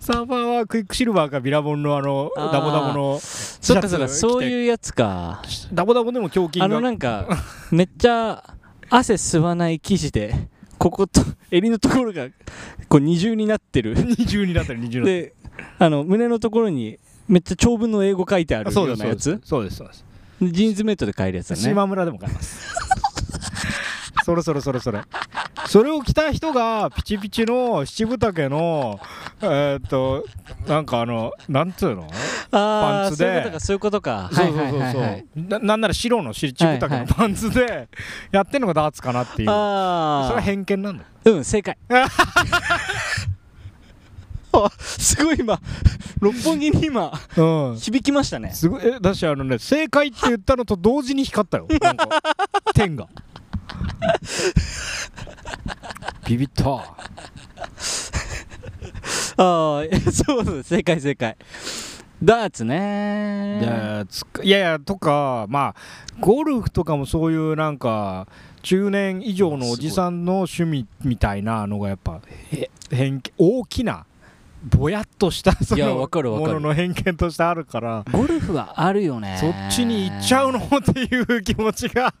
Speaker 6: サーファーはクイックシルバーかビラボンのあの
Speaker 7: あー
Speaker 6: ダボダボのシ
Speaker 7: そっ
Speaker 6: ャ
Speaker 7: か
Speaker 6: ツ
Speaker 7: そっかそういうやつか
Speaker 6: 着てダボダボでも胸筋
Speaker 7: あの
Speaker 6: が
Speaker 7: なんかめっちゃ汗吸わない生地でここと襟のところがこう二重になってる
Speaker 6: 二重になってる二重になってる
Speaker 7: であの胸のところにめっちゃ長文の英語書いてあるようなやつ
Speaker 6: そうですそうです
Speaker 7: ジーンズメイトで買えるやつだね
Speaker 6: 島村でも買います それそれそれそれそれを着た人がピチピチの七分丈のえーっとなんかあのなんつうの
Speaker 7: あ
Speaker 6: パ
Speaker 7: あ
Speaker 6: ンツ
Speaker 7: そ
Speaker 6: で
Speaker 7: ういうことかそういうことか
Speaker 6: そうそうそう
Speaker 7: はい
Speaker 6: そ
Speaker 7: はいはいはいう
Speaker 6: ななんなら白の七分丈のパンツ でやってんのがダーツかなっていうそ
Speaker 7: あ
Speaker 6: れは
Speaker 7: あ
Speaker 6: 偏見なんだよ
Speaker 7: うん正解 あすごい今六本木に今
Speaker 6: うん
Speaker 7: 響きましたね
Speaker 6: すごいえだしあのね正解って言ったのと同時に光ったよなん か点がビビった
Speaker 7: ああそうそう正解正解ダーツ
Speaker 6: い
Speaker 7: ね
Speaker 6: やつかいやいやとかまあゴルフとかもそういうなんか中年以上のおじさんの趣味みたいなのがやっぱへ偏見大きなぼやっとしたそ
Speaker 7: いや
Speaker 6: の
Speaker 7: わ
Speaker 6: も
Speaker 7: かるわかる
Speaker 6: のの偏見としてあるから
Speaker 7: ゴルフはあるよね
Speaker 6: そっちに行っちゃうのっていう気持ちが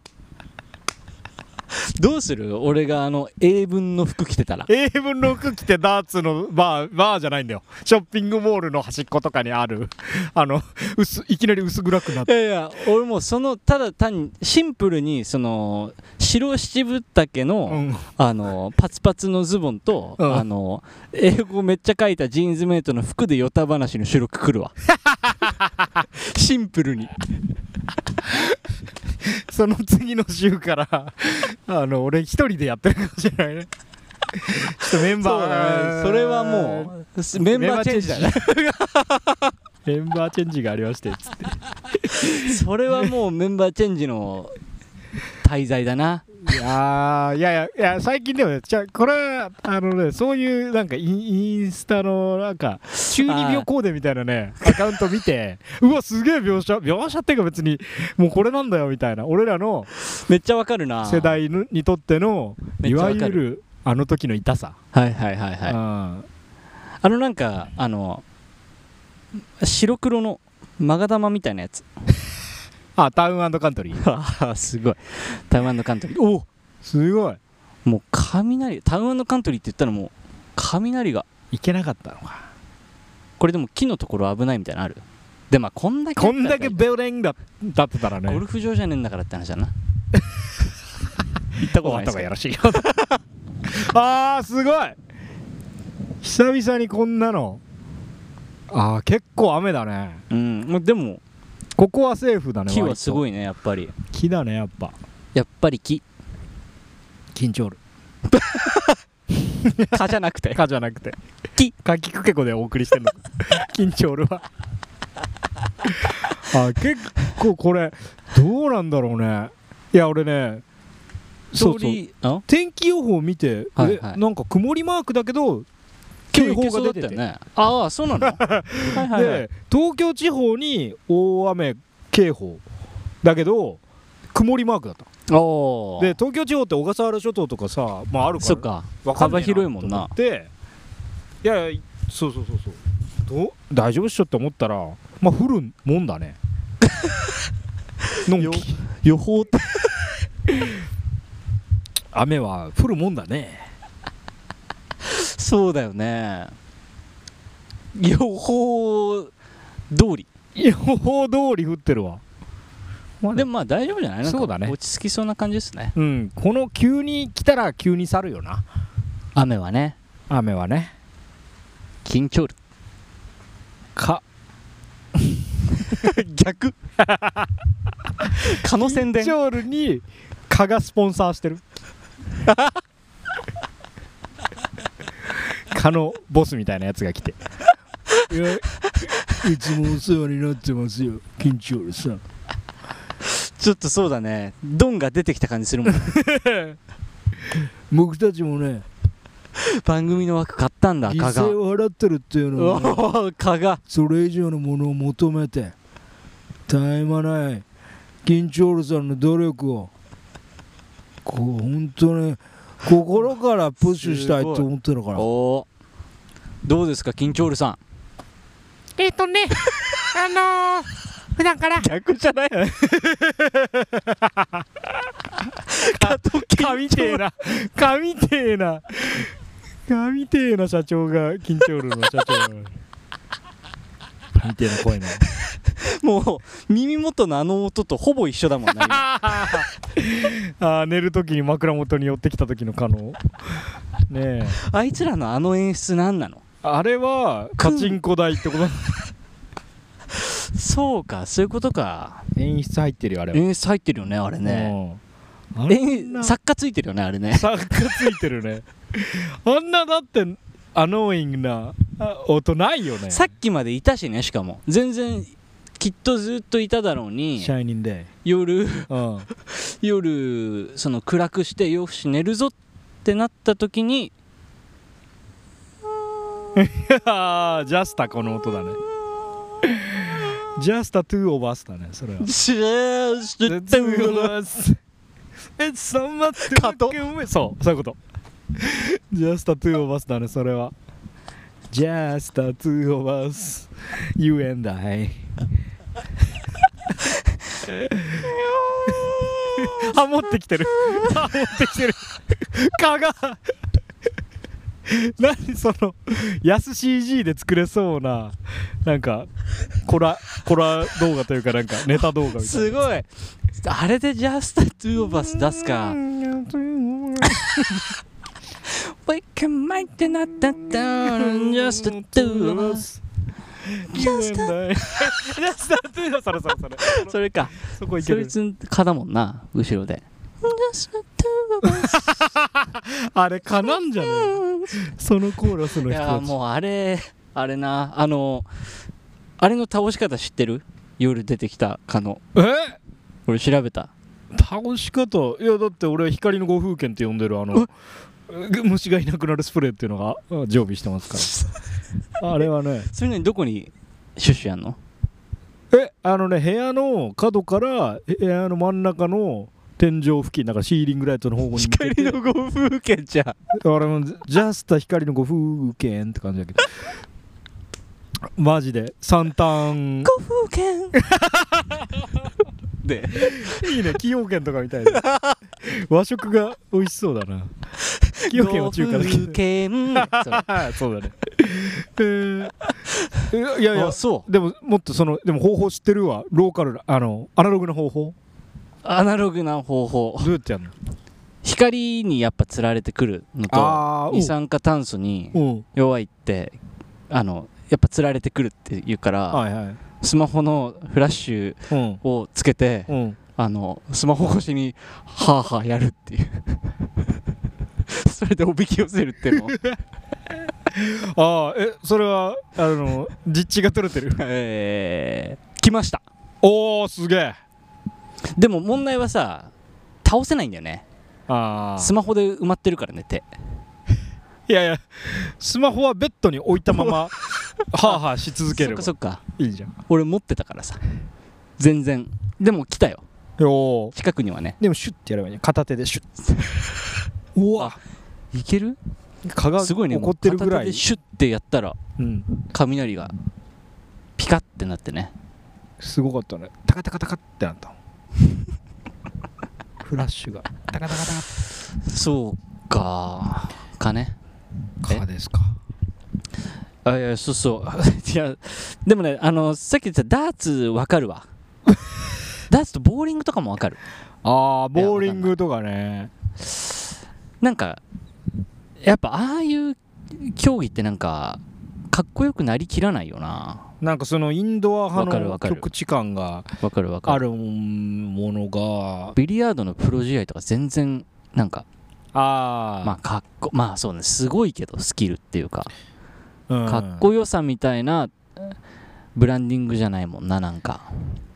Speaker 7: どうする俺があの英文の服着てたら
Speaker 6: 英文の服着てダーツのバーバーじゃないんだよショッピングモールの端っことかにあるあの薄いきなり薄暗くなっ
Speaker 7: い
Speaker 6: て
Speaker 7: やいや俺もうそのただ単にシンプルにその白七分丈の、
Speaker 6: うん
Speaker 7: あのパツパツのズボンと、
Speaker 6: うん
Speaker 7: あの英語めっちゃ書いたジーンズメイトの服でヨタ話の収録来るわシンプルに
Speaker 6: その次の週からあの俺一人でやってるかもしれないねちょっとメン
Speaker 7: そう
Speaker 6: バ
Speaker 7: だ
Speaker 6: ー
Speaker 7: ねそれはもうメンバーチェンジだね
Speaker 6: メンバーチェンジがありましてつって
Speaker 7: それはもうメンバーチェンジの滞在だない
Speaker 6: やーいやいやいや最近でもねじゃあこれはあのねそういうなんかインインスタのなんか中二病コーデみたいなねアカウント見てうわすげえ描写描写っていうか別にもうこれなんだよみたいな俺らの
Speaker 7: めっちゃわかるな
Speaker 6: 世代のにとっての
Speaker 7: めっ
Speaker 6: い
Speaker 7: ちゃわ
Speaker 6: わ
Speaker 7: かる
Speaker 6: ゆるあの時の痛さ、
Speaker 7: はいはいはいはい
Speaker 6: うん
Speaker 7: あのなんかあの白黒のマガ玉みたいなやつ
Speaker 6: あタウンカントリー
Speaker 7: あーすごいタウンカントリーお
Speaker 6: すごい
Speaker 7: もう雷タウンカントリーって言ったらもう雷が
Speaker 6: いけなかったのか
Speaker 7: これでも木のところ危ないみたいなのあるでまあこんだけ
Speaker 6: こんだけベレンだだってたらね
Speaker 7: ゴルフ場じゃねえんだからって話だな
Speaker 6: 行った
Speaker 7: ことないです
Speaker 6: がやらしいよ あーすごい久々にこんなのあー結構雨だね
Speaker 7: うんもうでも
Speaker 6: ここはセーフだね
Speaker 7: 木はす
Speaker 6: い
Speaker 7: ごいねやっぱり
Speaker 6: 木だねやっぱ
Speaker 7: やっぱり 木
Speaker 6: 緊張る
Speaker 7: 蚊じゃなくて
Speaker 6: かじゃなくて
Speaker 7: 木
Speaker 6: かきくけこでお送りしてん の緊張るわあ結構これどうなんだろうねいや俺ねそうそう
Speaker 7: 通りあ
Speaker 6: 天気予報を見て、
Speaker 7: はいはい
Speaker 6: えなんか曇りマークだけど
Speaker 7: 今
Speaker 6: 警
Speaker 7: 日行
Speaker 6: 報
Speaker 7: け
Speaker 6: が
Speaker 7: そう
Speaker 6: 出
Speaker 7: だ
Speaker 6: て
Speaker 7: ってたよねああそ うなのはいはい、はい
Speaker 6: で、東京地方に大雨警報だけど曇りマークだった
Speaker 7: おー
Speaker 6: で東京地方って小笠原諸島とかさまああるか
Speaker 7: そ
Speaker 6: ら
Speaker 7: っか
Speaker 6: わかんねえ
Speaker 7: 幅広いもん
Speaker 6: と
Speaker 7: な
Speaker 6: 思っていやいやそうそうそうそうどう大丈夫っしょって思ったらまあ降るもんだ ねのんき
Speaker 7: 予報って
Speaker 6: 雨は降るもんだね
Speaker 7: そうだよね予報通り
Speaker 6: 予報通り降ってるわまあ
Speaker 7: でもまあ大丈夫じゃないなんか
Speaker 6: そうだね
Speaker 7: 落ち着きそうな感じですね
Speaker 6: うんこの急に来たら急に去るよな
Speaker 7: 雨はね
Speaker 6: 雨はね
Speaker 7: 緊張る
Speaker 6: か
Speaker 7: 逆蚊の宣伝
Speaker 6: チョールに蚊がスポンサー してる蚊のボスみたいなやつが来ていやいつもお世話になってますよ緊張るさ
Speaker 7: ちょっとそうだねドンが出てきた感じするもん
Speaker 6: 僕たちもね
Speaker 7: 番組の枠買ったんだ
Speaker 6: 犠
Speaker 7: 蚊が
Speaker 6: 牲を払ってるっていう
Speaker 7: う
Speaker 6: の
Speaker 7: お
Speaker 6: はね
Speaker 7: ー蚊が
Speaker 6: それ以上のものを求めて絶え間ない緊張るさんの努力をこう本当に心からプッシュしたいと思ってるから
Speaker 7: おーどうですか緊張るさん
Speaker 1: えっ、と ね、あのー、普段から
Speaker 6: 逆じゃない神てえな神てえな神てえな社長が緊張るの社長神てえな 声ね
Speaker 7: もう耳元のあの音とほぼ一緒だ もんね
Speaker 6: あー寝る時に枕元に寄ってきた時の可能ねえ
Speaker 7: あいつらのあの演出何なの
Speaker 6: あれはカチンコ台ってこと
Speaker 7: そうかそういうことか
Speaker 6: 演出入ってるよあれ
Speaker 7: 演出入ってるよねあれね
Speaker 6: うんあれ
Speaker 7: 演作家ついてるよねあれね
Speaker 6: 作家ついてる ねあんなだってアノーイングなあ音ないよね
Speaker 7: さっきまでいたしねしかも全然きっとずっといただろうに
Speaker 6: シャイニンデイ
Speaker 7: 夜
Speaker 6: うん
Speaker 7: 夜その暗くして夜伏し寝るぞってなった時に
Speaker 6: あージャスタこの音だねジャスタトゥーオーバースだねそれは
Speaker 7: 「シェーシュッテウロ
Speaker 6: バース It's so much to
Speaker 7: カット
Speaker 6: fucking win そうそういうことジャスタトゥーオーバースだねそれはジャスタトゥーオーバース You and I ハモってきてるハモってきてる蚊が何その安 CG で作れそうななんかコラコラ動画というかなんかネタ動画みたいな
Speaker 7: すごいあれで「ジャスタ・トゥ・オバス」出すか「ウェイク・マイってなったったん Just the two of us
Speaker 6: それそれそれ
Speaker 7: それか
Speaker 6: そこいけ
Speaker 7: そい
Speaker 6: る
Speaker 7: つの蚊だもんな後ろで「Just the two of us
Speaker 6: あれかなんじゃねえそのコーラスの
Speaker 7: い
Speaker 6: 人
Speaker 7: や
Speaker 6: た
Speaker 7: ー
Speaker 6: ち
Speaker 7: もうあれあれなあのあれの倒し方知ってる夜出てきた蚊の
Speaker 6: え
Speaker 7: 俺調べた
Speaker 6: 倒し方いやだって俺は光の五風圏って呼んでるあの虫がいなくなるスプレーっていうのがあ常備してますからあれはね
Speaker 7: それなりにどこにシュッシュやんの
Speaker 6: えあのね部屋の角からえ部屋の真ん中の天井付近だからシーリングライトの方向に向けて
Speaker 7: のご風景じゃん
Speaker 6: 俺もジジャスタ光のご風景って感じだけどマジで三ターン
Speaker 7: ご風景で
Speaker 6: いいね崎陽軒とかみたいな和食が美味しそうだな崎陽軒は中華だけ
Speaker 7: ご夫婦 犬それ
Speaker 6: どそうだねえーえいやいや
Speaker 7: あそう
Speaker 6: でももっとそのでも方法知ってるわローカルなあのアナログな方法
Speaker 7: アナログな方法
Speaker 6: どうやってやるの
Speaker 7: 光にやっぱつられてくるのと
Speaker 6: あ
Speaker 7: 二酸化炭素に
Speaker 6: うんうん
Speaker 7: 弱いってあのやっぱつられてくるっていうから
Speaker 6: はいはい
Speaker 7: スマホのフラッシュ
Speaker 6: うん
Speaker 7: をつけて
Speaker 6: うん
Speaker 7: あのスマホ越しにはあはあやるっていう それでおびき寄せるっていうの
Speaker 6: あ
Speaker 7: を
Speaker 6: あえそれはあの実地が取れてる
Speaker 7: えー来ました
Speaker 6: おおすげえ
Speaker 7: でも問題はさ倒せないんだよね
Speaker 6: ああ
Speaker 7: スマホで埋まってるからね手
Speaker 6: いやいやスマホはベッドに置いたま まはあはあし続ければ
Speaker 7: そっかそっか
Speaker 6: いいじゃん
Speaker 7: 俺持ってたからさ全然でも来たよ
Speaker 6: おー
Speaker 7: 近くにはね
Speaker 6: でもシュッてやればいいね片手でシュッうわ
Speaker 7: いける
Speaker 6: 蚊が
Speaker 7: すごいね
Speaker 6: 怒ってるぐ
Speaker 7: もう
Speaker 6: ら
Speaker 7: 片手
Speaker 6: い
Speaker 7: でシュッてやったら
Speaker 6: うん
Speaker 7: 雷がピカッてなってね
Speaker 6: すごかったねタカタカタカってなった フラッシュがタカタカタ
Speaker 7: そうかかね
Speaker 6: カ蚊ですか
Speaker 7: あいやそうそう いやでもねあのさっき言ってたダーツわ かるわダーツとボーリングとかもわかる
Speaker 6: ああ
Speaker 7: いや
Speaker 6: ボーリングとかね
Speaker 7: なんかやっぱああいう競技ってなんかかっこよくなりきらないよな
Speaker 6: なんかそのインドア
Speaker 7: わか
Speaker 6: 派
Speaker 7: る
Speaker 6: の
Speaker 7: わかる
Speaker 6: 極地感が
Speaker 7: わかるわかる
Speaker 6: あるものが
Speaker 7: ビリヤードのプロ試合とか全然なんか
Speaker 6: あ
Speaker 7: まあかっこまあそうねすごいけどスキルっていうか
Speaker 6: あ、うん
Speaker 7: かっこよさみたいなブランディングじゃないもんななんか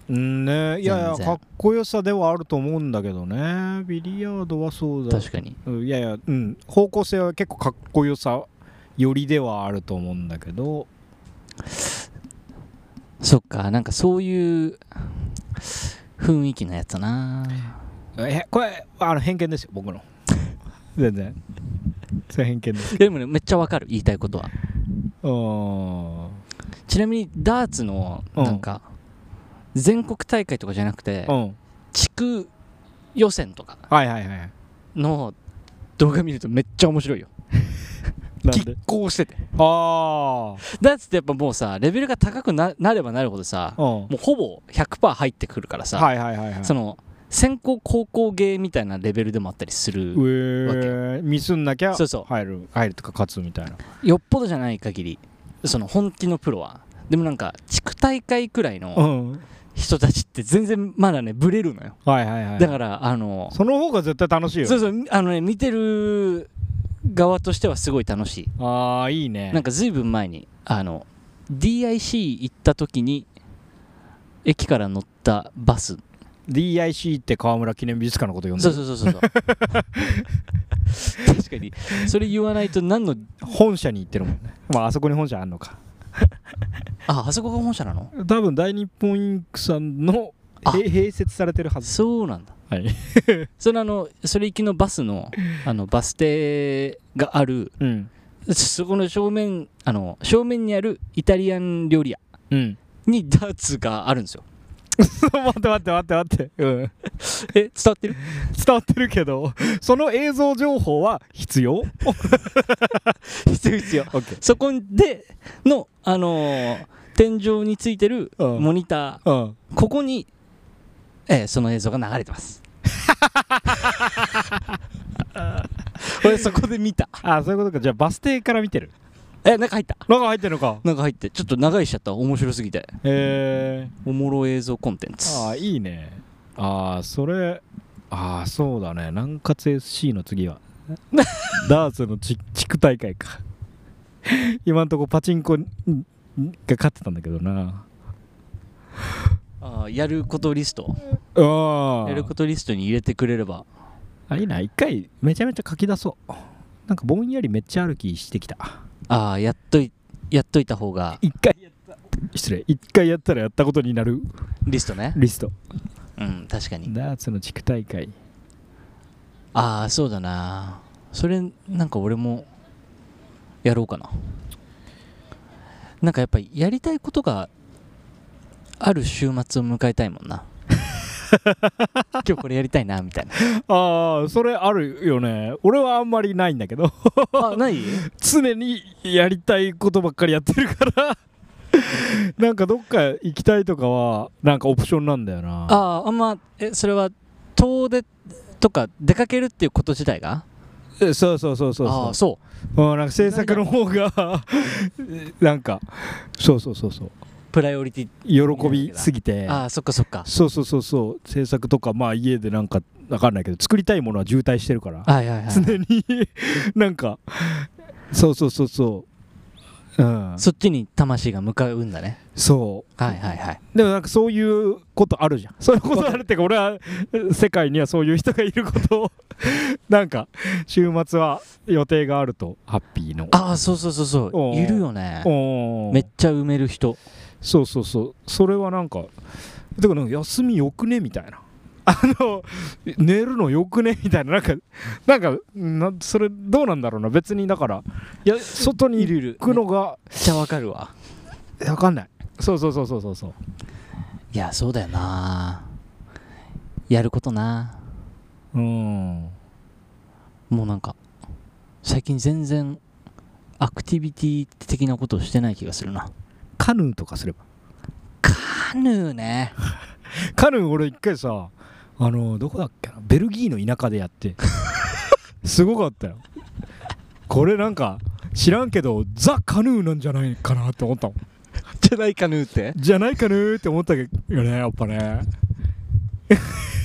Speaker 6: うんねいやいや
Speaker 7: 全然
Speaker 6: かっこよさではあると思うんだけどねビリヤードはそうだ
Speaker 7: 確かに
Speaker 6: うんいやいやうん方向性は結構かっこよさよりではあると思うんだけど
Speaker 7: そっかなんかそういう雰囲気のやつな
Speaker 6: えこれあの偏見ですよ僕の 全然それ偏見 です
Speaker 7: でもねめっちゃわかる言いたいことは
Speaker 6: うーん
Speaker 7: ちなみにダーツの
Speaker 6: うん
Speaker 7: なんか全国大会とかじゃなくて
Speaker 6: うん
Speaker 7: 地区予選とか
Speaker 6: はいはいはい
Speaker 7: の動画見るとめっちゃ面白いよ
Speaker 6: なんで
Speaker 7: 拮抗してて
Speaker 6: あ
Speaker 7: ダーツってやっぱもうさレベルが高くななればなるほどさ
Speaker 6: あうん
Speaker 7: もうほぼ100%入ってくるからさ、
Speaker 6: はいはいはいはい
Speaker 7: その先行高校芸みたいなレベルでもあったりする
Speaker 6: うえミスんなきゃ
Speaker 7: そうそう
Speaker 6: 入る入るとか勝つみたいな
Speaker 7: よっぽどじゃない限りその本気のプロはでもなんか地区大会くらいの
Speaker 6: ん
Speaker 7: 人たちって全然まだねブレるのよ
Speaker 6: はいはいはい
Speaker 7: だからあの
Speaker 6: その方が絶対楽しいよ
Speaker 7: そうそうあのね見てる側としてはすごい楽し
Speaker 6: ああいい
Speaker 7: い
Speaker 6: ね
Speaker 7: なんかずいぶん前にあの DIC 行った時に駅から乗ったバス
Speaker 6: DIC って川村記念美術館のこと呼んで
Speaker 7: そう
Speaker 6: る
Speaker 7: そうそ うそうそう確かにそれ言わないと何の
Speaker 6: 本社に行ってるもんねまああそこに本社あんのか
Speaker 7: ああそこが本社なの
Speaker 6: 多分大日本インクさんの
Speaker 7: あ
Speaker 6: へ併設されてるはず
Speaker 7: そうなんだ
Speaker 6: はい
Speaker 7: それあのそれ行きのバスのあのバス停がある
Speaker 6: うん
Speaker 7: そこの正面あの正面にあるイタリアン料理屋
Speaker 6: うん
Speaker 7: にダーツがあるんですよ
Speaker 6: 待って待って待って待ってうん
Speaker 7: え伝わってる
Speaker 6: 伝わってるけどその映像情報は必要オ
Speaker 7: 必要必要
Speaker 6: ッケー
Speaker 7: そこでのあのー天井についてる
Speaker 6: うん
Speaker 7: モニタ
Speaker 6: うん
Speaker 7: ーここに、えーその映像が流れてます 俺そこで見た
Speaker 6: あそういうことかじゃあバス停から見てる
Speaker 7: え中入った
Speaker 6: 中入ってるのか
Speaker 7: 中入ってちょっと長いしちゃった面白すぎて
Speaker 6: へえ
Speaker 7: おもろ映像コンテンツ
Speaker 6: ああいいねああそれああそうだね南葛 SC の 次はダーツのち地区大会か今んとこパチンコんんが勝ってたんだけどな
Speaker 7: あーやることリスト
Speaker 6: あ
Speaker 7: やることリストに入れてくれれば
Speaker 6: あいいな一回めちゃめちゃ書き出そうなんかぼんやりめっちゃ歩きしてきた
Speaker 7: ああやっといやっといた方が
Speaker 6: 一回やった失礼一回やったらやったことになる
Speaker 7: リストね
Speaker 6: リスト
Speaker 7: うん確かに
Speaker 6: ダーツの地区大会
Speaker 7: ああそうだなそれなんか俺もやろうかななんか やっぱりやりたいことがある週末を迎えたいもんな今日これやりたいなみたいな
Speaker 6: ああそれあるよね俺はあんまりないんだけ ど
Speaker 7: あない
Speaker 6: 常にやりたいことばっかりやってるから なんかどっか行きたいとかはなんかオプションなんだよな
Speaker 7: ああんまえそれは遠出とか出かけるっていうこと自体が
Speaker 6: えそうそうそうそう
Speaker 7: あ
Speaker 6: そ
Speaker 7: あそう
Speaker 6: う、うん、なんか制作の方がなんかそうそうそうそう
Speaker 7: プライオリティ、
Speaker 6: 喜びすぎて
Speaker 7: ああそっかそっか
Speaker 6: そうそうそうそう制作とかまあ家でなんかわかんないけど作りたいものは渋滞してるから
Speaker 7: はいはいはい
Speaker 6: 常になんかそうそうそうそううん
Speaker 7: そっちに魂が向かうんだね
Speaker 6: そ
Speaker 7: はいはいはい、
Speaker 6: うでもなんかそういうことあるじゃんそういうことあるっていうか俺は世界にはそういう人がいることをなんか週末は予定があるとハッピーの
Speaker 7: ああそうそうそうそ
Speaker 6: お
Speaker 7: う
Speaker 6: ー
Speaker 7: いるよね
Speaker 6: おー
Speaker 7: めっちゃ埋める人
Speaker 6: そうそうそうそれはなんかてかなんか休みよくねみたいなあの寝るのよくねみたいななんかなんかなそれどうなんだろうな別にだからいや外に
Speaker 7: るいる
Speaker 6: 行くのが
Speaker 7: めっちゃわかるわ
Speaker 6: 分かんないそうそうそうそうそうそう
Speaker 7: いやそうだよなやることな
Speaker 6: うん
Speaker 7: もうなんか最近全然アクティビティ的なことをしてない気がするな
Speaker 6: カヌーとかすれば
Speaker 7: カヌーね
Speaker 6: カヌー俺一回さあのどこだっけなベルギーの田舎でやって すごかったよこれなんか知らんけどザ・カヌーなんじゃないかなって思ったもん
Speaker 7: じゃないカヌーって
Speaker 6: じゃないかぬーって思ったよねやっぱね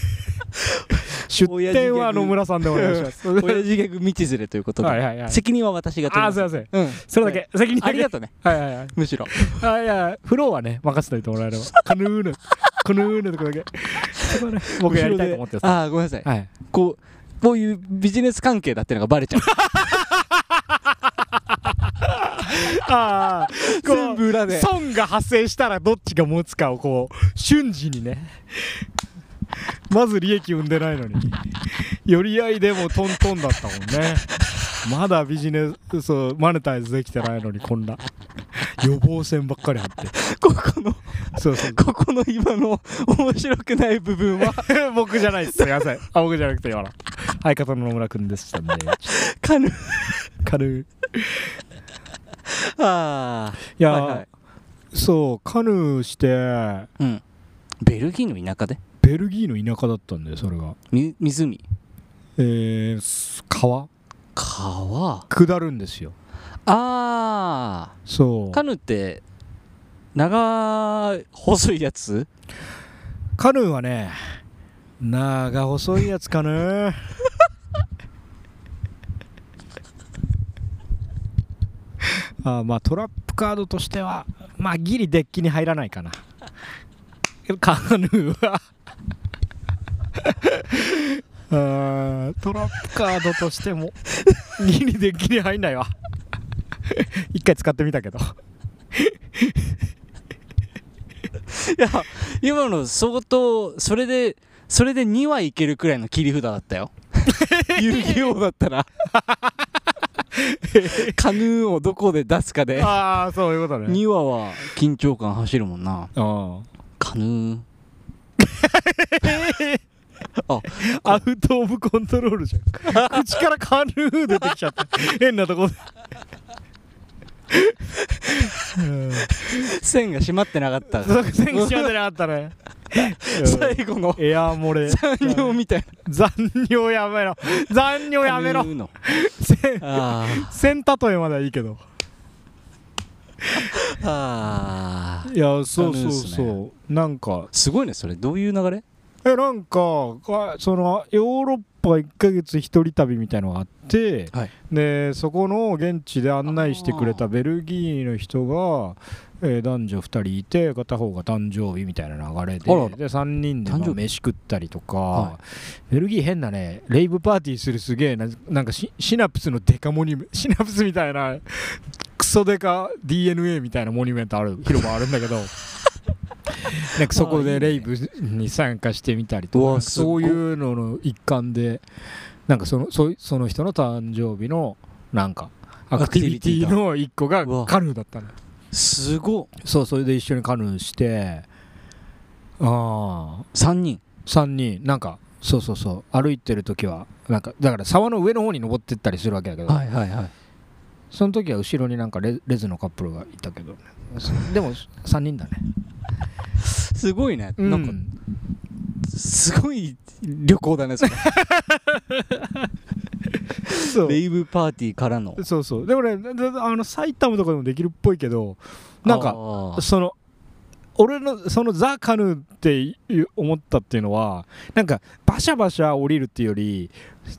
Speaker 6: 出店は野村さんでお願いします
Speaker 7: 親父ギャグ道連れということで、
Speaker 6: はいはいはい
Speaker 7: 責任は私が取り
Speaker 6: あー
Speaker 7: ま
Speaker 6: すい
Speaker 7: す
Speaker 6: ません
Speaker 7: うん
Speaker 6: それだけ責任
Speaker 7: ありが
Speaker 6: と
Speaker 7: とうね
Speaker 6: うはいはいはい
Speaker 7: むしろ
Speaker 6: あいやフローはね任せといてもらえればカヌーのカヌーのとこだけそこはね僕やりたいと思ってます
Speaker 7: ああーごめんなさい
Speaker 6: はい
Speaker 7: こうこういうビジネス関係だってのがバレ ちゃう
Speaker 6: ああこう
Speaker 7: 全部裏で
Speaker 6: 損が発生したらどっちが持つかをこう瞬時にねまず利益生んでないのに寄り合いでもトントンだったもんねまだビジネスそうマネタイズできてないのにこんな予防線ばっかりあって
Speaker 7: ここの
Speaker 6: そうそう
Speaker 7: ここの今の面白くない部分は
Speaker 6: 僕じゃないですすいませんあ僕じゃなくて今の相方の野村君でしたんで
Speaker 7: カヌー
Speaker 6: 軽いい
Speaker 7: ああ
Speaker 6: や、
Speaker 7: はいはい
Speaker 6: そうカヌーして
Speaker 7: うんベルギーの田舎で
Speaker 6: ベルギーの田舎だったんだよそれが
Speaker 7: み湖
Speaker 6: えー、川
Speaker 7: 川
Speaker 6: 下るんですよ
Speaker 7: あ
Speaker 6: そ
Speaker 7: あ
Speaker 6: う
Speaker 7: カヌーって長い細い やつ
Speaker 6: カヌーはね長細いやつか ねあーまあトラップカードとしてはまあギリデッキに入らないかなカヌー はあートラップカードとしてもギリデッキに入ん ないわ一回使ってみたけど
Speaker 7: いや今の相当それでそれで2はいけるくらいの切り札だっ たよ遊戯王だったらカヌーをどこで出すかで
Speaker 6: ああそういうことね
Speaker 7: 2話は緊張感走るもんな
Speaker 6: あ
Speaker 7: カヌー
Speaker 6: あアウト・オブ・コントロールじゃ ん口からカヌー出てきちゃった変なとこでうん
Speaker 7: 線が閉まってなかった
Speaker 6: 作戦しちゃってなかったね
Speaker 7: 最後の
Speaker 6: うんエアー漏れ
Speaker 7: 残尿みたい
Speaker 6: 残尿や めろ残尿
Speaker 7: な
Speaker 6: やめろ
Speaker 7: カヌーの
Speaker 6: せ
Speaker 7: あー
Speaker 6: 線例えまではいいけど
Speaker 7: あー
Speaker 6: いや
Speaker 7: そうそうそう
Speaker 6: なんか
Speaker 7: すごいねそれどういう流れ
Speaker 6: えなんかかそのヨーロッパ1ヶ月一人旅みたいのがあって、
Speaker 7: はい
Speaker 6: でそこの現地で案内してくれたベルギーの人が、えー男女2人いて片方が誕生日みたいな流れで
Speaker 7: あらあら
Speaker 6: で3人でまあ
Speaker 7: 誕生日
Speaker 6: 飯食ったりとか、
Speaker 7: は
Speaker 6: ベルギー変なねレイブパーティーするすげえななんかシシナプスのデカモニュメシナプスみたいなクソデカ DNA みたいなモニュメントある広場あるんだ けどなんかそこでレイブに参加してみたりと
Speaker 7: う
Speaker 6: か
Speaker 7: わす
Speaker 6: そ
Speaker 7: ご
Speaker 6: う
Speaker 7: っ
Speaker 6: いうのの一環でなんかそのそいその人の誕生日のなんかアクティビティの一個が
Speaker 7: うわ
Speaker 6: カヌーだったの
Speaker 7: すご
Speaker 6: そうそれで一緒にカヌーしてああ
Speaker 7: 3人
Speaker 6: 3人なんかそうそうそう歩いてる時はなんかだから沢の上の方に登ってったりするわけだけど、
Speaker 7: はいはいはい
Speaker 6: その時は後ろになんかレレズのカップルがいたけどねそでも3人だね
Speaker 7: すごいね、
Speaker 6: うん
Speaker 7: なんかすごい旅行だねそれ
Speaker 6: そう
Speaker 7: レイブパーティーからの
Speaker 6: そうそうでもねだだあの埼玉とかでもできるっぽいけどなんか
Speaker 7: あー
Speaker 6: その俺のそのザ・カヌーっていう思ったっていうのはなんかバシャバシャ降りるっていうより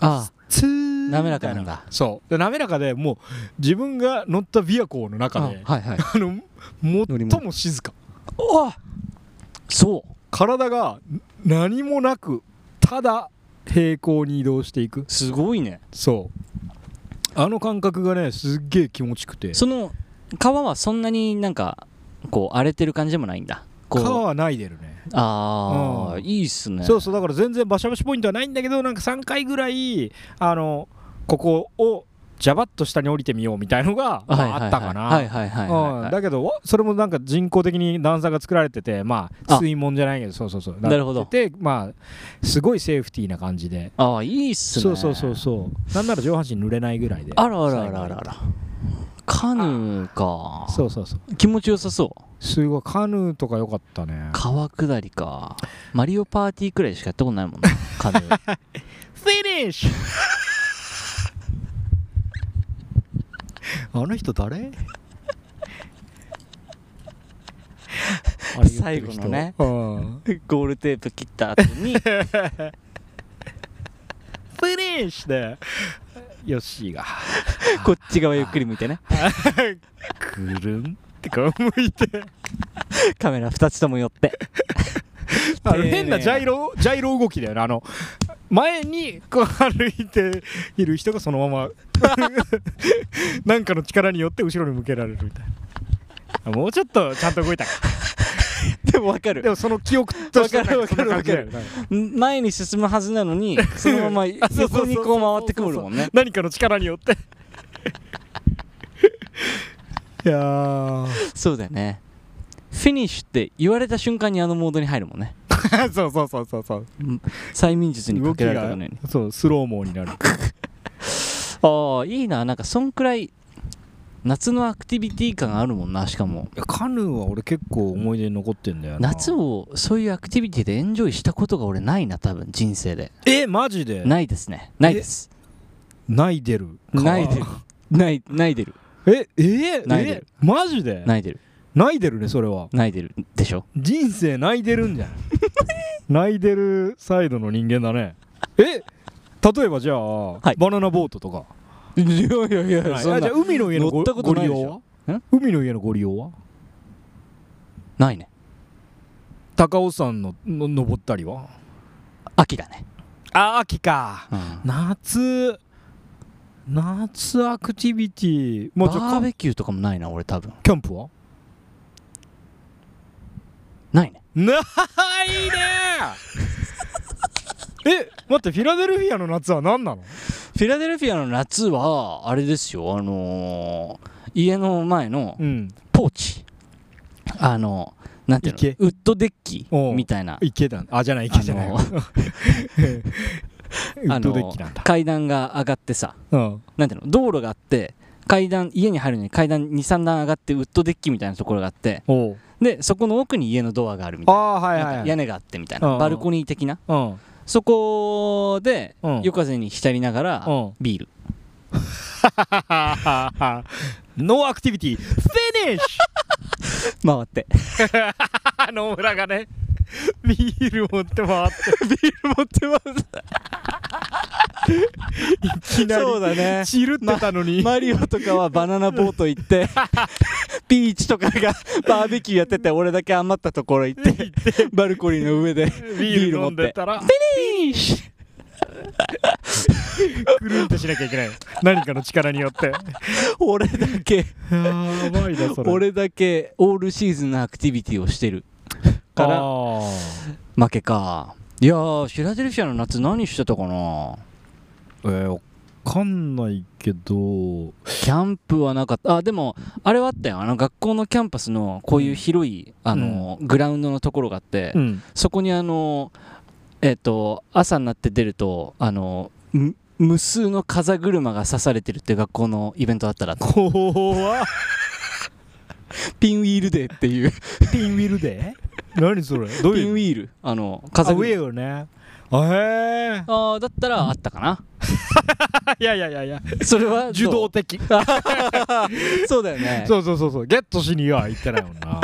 Speaker 7: あ
Speaker 6: ツー
Speaker 7: 滑らかなんだ
Speaker 6: そうで滑らかでもう自分が乗った琵琶湖の中で
Speaker 7: あはいはい
Speaker 6: あの
Speaker 7: り
Speaker 6: 最も
Speaker 7: 物
Speaker 6: 静か
Speaker 7: あそう
Speaker 6: 体が何もなくただ平行に移動していく
Speaker 7: すごいね
Speaker 6: そうあの感覚がねすっげえ気持ちくて
Speaker 7: その川はそんなになんかこう荒れてる感じでもないんだこう
Speaker 6: 川はないでるね
Speaker 7: ああ、
Speaker 6: うん
Speaker 7: いいっすね
Speaker 6: そうそうだから全然バシャバシャポイントはないんだけどなんか3回ぐらいあのここをジャバッと下に降りてみようみたいのが、まあ
Speaker 7: はいはいはい
Speaker 6: あったかな、
Speaker 7: はいはいはいはい
Speaker 6: うん
Speaker 7: はい
Speaker 6: だけどわそれもなんか人工的に段差が作られててまあ
Speaker 7: あ
Speaker 6: 水門じゃないけどそうそうそう
Speaker 7: なるほど
Speaker 6: でまあすごいセーフティーな感じで
Speaker 7: ああいいっすね
Speaker 6: そうそうそうそうなんなら上半身濡れないぐらいで
Speaker 7: あらあらあらあらあらカヌーか
Speaker 6: そうそうそう
Speaker 7: 気持ちよさそう
Speaker 6: すごいカヌーとか良かったね
Speaker 7: 川下りかマリオパーティーくらいしかやったことないもんなカヌー
Speaker 6: フィニッシュ あの人誰
Speaker 7: 最後のね
Speaker 6: うん
Speaker 7: ゴールテープ切った後 に
Speaker 6: フィニッシュでヨッシーが
Speaker 7: こっち側ゆっくり向いてね
Speaker 6: ぐるんってこう向いて
Speaker 7: カメラ2つとも寄って
Speaker 6: あの
Speaker 7: 丁寧
Speaker 6: 変なジャイロジャイロ動きだよねあの前にこう歩いている人がそのま まなんかの力によって後ろに向けられるみたいなもうちょっとちゃんと動いたか
Speaker 7: でも分か る
Speaker 6: でもその記憶としてなん
Speaker 7: わ
Speaker 6: そ
Speaker 7: か
Speaker 6: んな
Speaker 7: るわ
Speaker 6: 感
Speaker 7: かる
Speaker 6: じだよね
Speaker 7: 前に進むはずなのに そのまま
Speaker 6: あそうそうそう
Speaker 7: 横にこう回ってくるもんね
Speaker 6: 何かの力によって いやー
Speaker 7: そうだよねフィニッシュって言われた瞬間にあのモードに入るもんね
Speaker 6: そうそうそうそうそう
Speaker 7: 催眠術に
Speaker 6: 動
Speaker 7: か
Speaker 6: き
Speaker 7: けられた
Speaker 6: が
Speaker 7: のに
Speaker 6: そうスローモーになる
Speaker 7: ああいいななんかそんくらい夏のアクティビティ感あるもんなしかも
Speaker 6: カヌーは俺結構思い出に残ってんだよ
Speaker 7: 夏をそういうアクティビティでエンジョイしたことが俺ないな多分人生で
Speaker 6: えマジで
Speaker 7: ないですねないです
Speaker 6: ないでる
Speaker 7: ないでるないないでる
Speaker 6: ええ
Speaker 7: ないで
Speaker 6: え
Speaker 7: る
Speaker 6: マジで
Speaker 7: ないでる
Speaker 6: ないでるねそれは
Speaker 7: ないでるでしょ
Speaker 6: 人生泣いてるんじゃ ん泣いてるサイドの人間だねえ例えばじゃあ、
Speaker 7: はい
Speaker 6: バナナボートとか、
Speaker 7: いやいやいや
Speaker 6: あじゃあ海の家のご
Speaker 7: 乗ったこと
Speaker 6: ご
Speaker 7: な
Speaker 6: 利
Speaker 7: いでしょ
Speaker 6: 用は
Speaker 7: ん
Speaker 6: 海の家のご利用は
Speaker 7: ないね
Speaker 6: 高尾山のの登ったりは
Speaker 7: 秋だね
Speaker 6: あ秋か
Speaker 7: うん
Speaker 6: 夏夏アクティビティも
Speaker 7: バ
Speaker 6: うちょ
Speaker 7: ーベキューとかもないな俺多分
Speaker 6: キャンプは
Speaker 7: ないね
Speaker 6: ないね え待ってフィラデルフィアの夏は何なの
Speaker 7: フィラデルフィアの夏はあれですよあのー家の前の
Speaker 6: うん
Speaker 7: ポーチあのなんていう
Speaker 6: 池
Speaker 7: のウッドデッキ
Speaker 6: おう
Speaker 7: みたいな
Speaker 6: 池だあじゃない池じゃない
Speaker 7: あ
Speaker 6: ウ
Speaker 7: の
Speaker 6: ッドデッキなんだ、
Speaker 7: 階段が上がってさ
Speaker 6: うん
Speaker 7: なんていうの道路があって階段家に入るのに階段23段上がってウッドデッキみたいなところがあって
Speaker 6: おう
Speaker 7: でそこの奥に家のドアがあるみ
Speaker 6: あ
Speaker 7: たい
Speaker 6: あははい
Speaker 7: ないなんか屋根があってみたい
Speaker 6: うんう
Speaker 7: なんバルコニー的な
Speaker 6: うん
Speaker 7: そこで
Speaker 6: うん
Speaker 7: 夜風に浸りながら
Speaker 6: うん
Speaker 7: ビール
Speaker 6: ノーアクティビティフィニッシ
Speaker 7: 回って
Speaker 6: ュ野村がねビール持って回って
Speaker 7: 持ってます
Speaker 6: いきなり
Speaker 7: そうだね
Speaker 6: チルってたのに、
Speaker 7: マリオとかはバナナボート行って ピーチとかがバーベキューやってて俺だけ余ったところ行ってバルコニーの上で
Speaker 6: ビール飲んでたらく
Speaker 7: ビール持ってフィニッシュ
Speaker 6: るんってしなきゃいけない何かの力によって
Speaker 7: 俺だけ
Speaker 6: やばいな それ
Speaker 7: 俺だけオールシーズンのアクティビティをしてるから
Speaker 6: あ
Speaker 7: 負けかいやーフィラデルフィアの夏何してたかな
Speaker 6: ーえー、わかんないけど
Speaker 7: キャンプはなかったあでもあれはあったよあの学校のキャンパスのこういう広い、あのーグラウンドのところがあって、
Speaker 6: うん
Speaker 7: そこにあのーえっ、と朝になって出るとあのむ無数の風車が刺されてるっていう学校のイベントだったら
Speaker 6: 怖っ
Speaker 7: ピンウィールデーっていう
Speaker 6: ピンウィールで 何それどう
Speaker 7: ピン
Speaker 6: いう
Speaker 7: ウィールあの風
Speaker 6: あウィ
Speaker 7: 車
Speaker 6: ールねあへえ
Speaker 7: あーだったらあったかな
Speaker 6: いやいやいやいや
Speaker 7: それ は
Speaker 6: 受動
Speaker 7: ど
Speaker 6: 的
Speaker 7: うそうだよね
Speaker 6: そうそうそうそうゲットしには行ってないもんな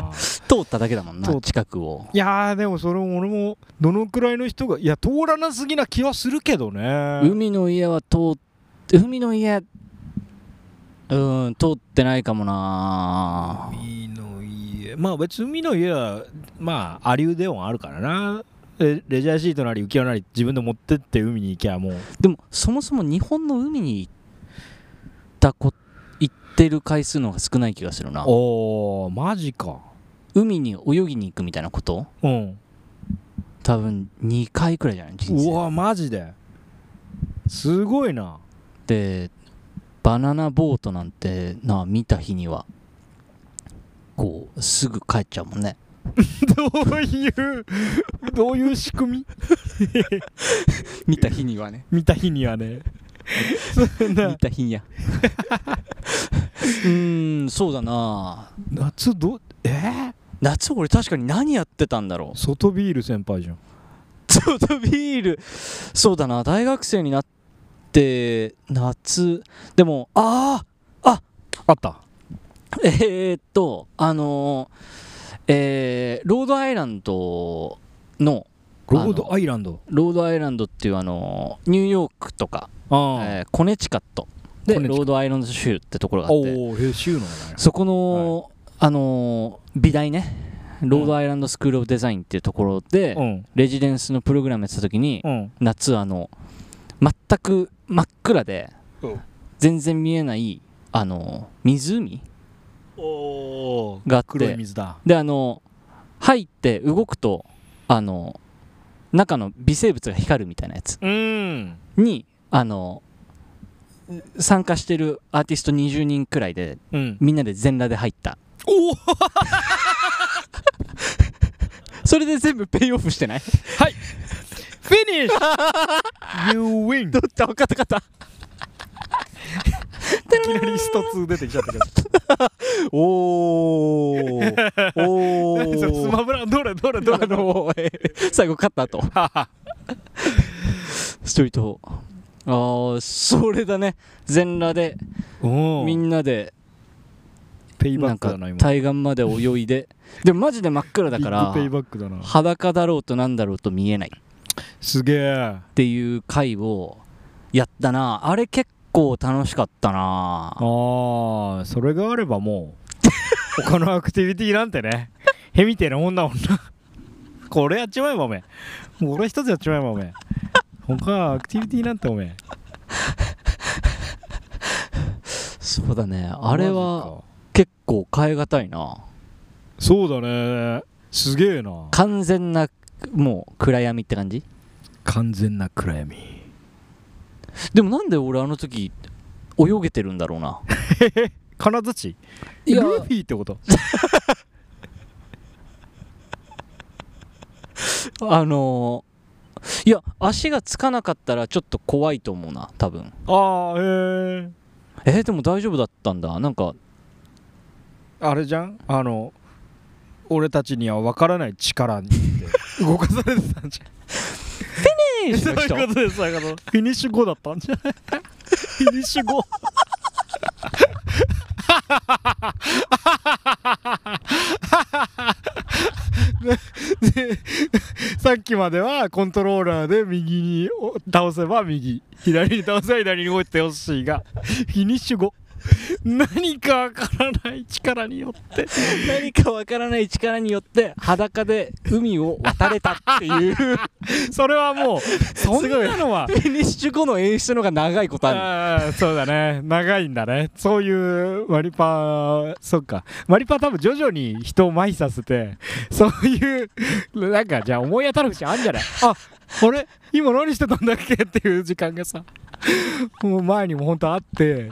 Speaker 7: 通っただけだもん
Speaker 6: 通
Speaker 7: な
Speaker 6: っ
Speaker 7: 近くを
Speaker 6: いやーでもそれも俺もどのくらいの人がいや通らなすぎな気はするけどね
Speaker 7: 海の家は通って海の家うーん通ってないかもな
Speaker 6: 海の家まあ別に海の家はまあアリウデオンあるからなレレジャーシートなり浮き輪なり自分で持ってって海に行きゃもう
Speaker 7: でもそもそも日本の海に行ったこ行ってる回数の方が少ない気がするな
Speaker 6: おーマジか
Speaker 7: 海に泳ぎに行くみたいなこと
Speaker 6: うん
Speaker 7: 多分2回くらいじゃない人
Speaker 6: う
Speaker 7: 生
Speaker 6: わマジですごいな
Speaker 7: でバナナボートなんてな見た日にはこうすぐ帰っちゃうもんね
Speaker 6: どういうどういう仕組み
Speaker 7: 見た日にはね
Speaker 6: 見た日にはねそん
Speaker 7: 見
Speaker 6: な
Speaker 7: た日 にはうーんそうだな
Speaker 6: 夏どえー、
Speaker 7: 夏俺確かに何やってたんだろう
Speaker 6: 外ビール先輩じゃん
Speaker 7: ソーダビールそうだな大学生になって夏でもあ
Speaker 6: あった
Speaker 7: あえー、っとあのーえー、ロードアイランドの
Speaker 6: ロードアイランド
Speaker 7: ロードアイランドっていうあのーニューヨークとか、
Speaker 6: あ
Speaker 7: えーコネチカットで
Speaker 6: コネチカ
Speaker 7: ロードアイランド州ってところがあって
Speaker 6: おおへえ州の名前
Speaker 7: そこの、あのー美大ねロードアイランドスクール・オブ・デザインっていうところで、
Speaker 6: うん
Speaker 7: レジデンスのプログラムやってた時に、
Speaker 6: うん
Speaker 7: 夏あの全く真っ暗で
Speaker 6: うん
Speaker 7: 全然見えないあの湖
Speaker 6: おお
Speaker 7: があっ
Speaker 6: 黒い
Speaker 7: て
Speaker 6: 水だ
Speaker 7: であの入って動くとあの中の微生物が光るみたいなやつ
Speaker 6: うん
Speaker 7: にあの参加してるアーティスト20人くらいで
Speaker 6: うん
Speaker 7: みんなで全裸で入った
Speaker 6: お お
Speaker 7: それで全部ペイオフ してない
Speaker 6: フィニッシュ You win
Speaker 7: どった分かった分かっ
Speaker 6: いきなりスト2出てきちゃったけど
Speaker 7: たおー お
Speaker 6: 何それス
Speaker 7: ー
Speaker 6: マブラどれどれど
Speaker 7: あ
Speaker 6: れ
Speaker 7: のえー 最後勝った後ストリートああそれだね全裸で
Speaker 6: お
Speaker 7: み
Speaker 6: ー
Speaker 7: んなで
Speaker 6: ペイバ
Speaker 7: な
Speaker 6: ッ
Speaker 7: ん
Speaker 6: ク
Speaker 7: か
Speaker 6: だな今
Speaker 7: 対岸まで泳いででもマジで真っ暗だか
Speaker 6: ビッ
Speaker 7: ら
Speaker 6: グペイバックだな
Speaker 7: 裸だろうとなんだろうと見えない
Speaker 6: すげえ
Speaker 7: っていう回をやったなあれ結構楽しかったな
Speaker 6: ああそれがあればもう他のアクティビティなんてね へみてえなもんだもんなこれやっちまえばおめえこれ一つやっちまえばおめえ他アクティビティなんておめえ
Speaker 7: そうだねあれは
Speaker 6: マジか
Speaker 7: 結構変え難いな
Speaker 6: そうだねすげえな
Speaker 7: 完全なもう暗闇って感じ
Speaker 6: 完全な暗闇
Speaker 7: でもなんで俺あの時泳げてるんだろ うな
Speaker 6: 金槌
Speaker 7: い
Speaker 6: ル
Speaker 7: や
Speaker 6: フィってこと
Speaker 7: あのーいや足がつかなかったらちょっと怖いと思うな多分
Speaker 6: ああへえ
Speaker 7: えー、でも大丈夫だったんだなんか
Speaker 6: あれじゃんあの俺たちには分からない力に動かされてたんじゃん
Speaker 7: えー
Speaker 6: そういう
Speaker 7: 人
Speaker 6: ことですそういうことフィニッシュ後だったんじゃないフィニッシュ後でさっきまではコントローラーで右にお倒せば右左に倒せば左に動いてほしいがフィニッシュ後何かわからない力によって
Speaker 7: 何かわからない力によって裸で海を渡れたっていう フ
Speaker 6: それはもうそんなのは
Speaker 7: ィニッシュ後の演出の方が長いことある
Speaker 6: ああそうだね長いんだねそういうマリパそっかマリパ多分徐々に人を麻痺させてそういうなんかじゃあ思い当たる節あんじゃないああれ今何してたんだっけっていう時間がさもう前にも本当あって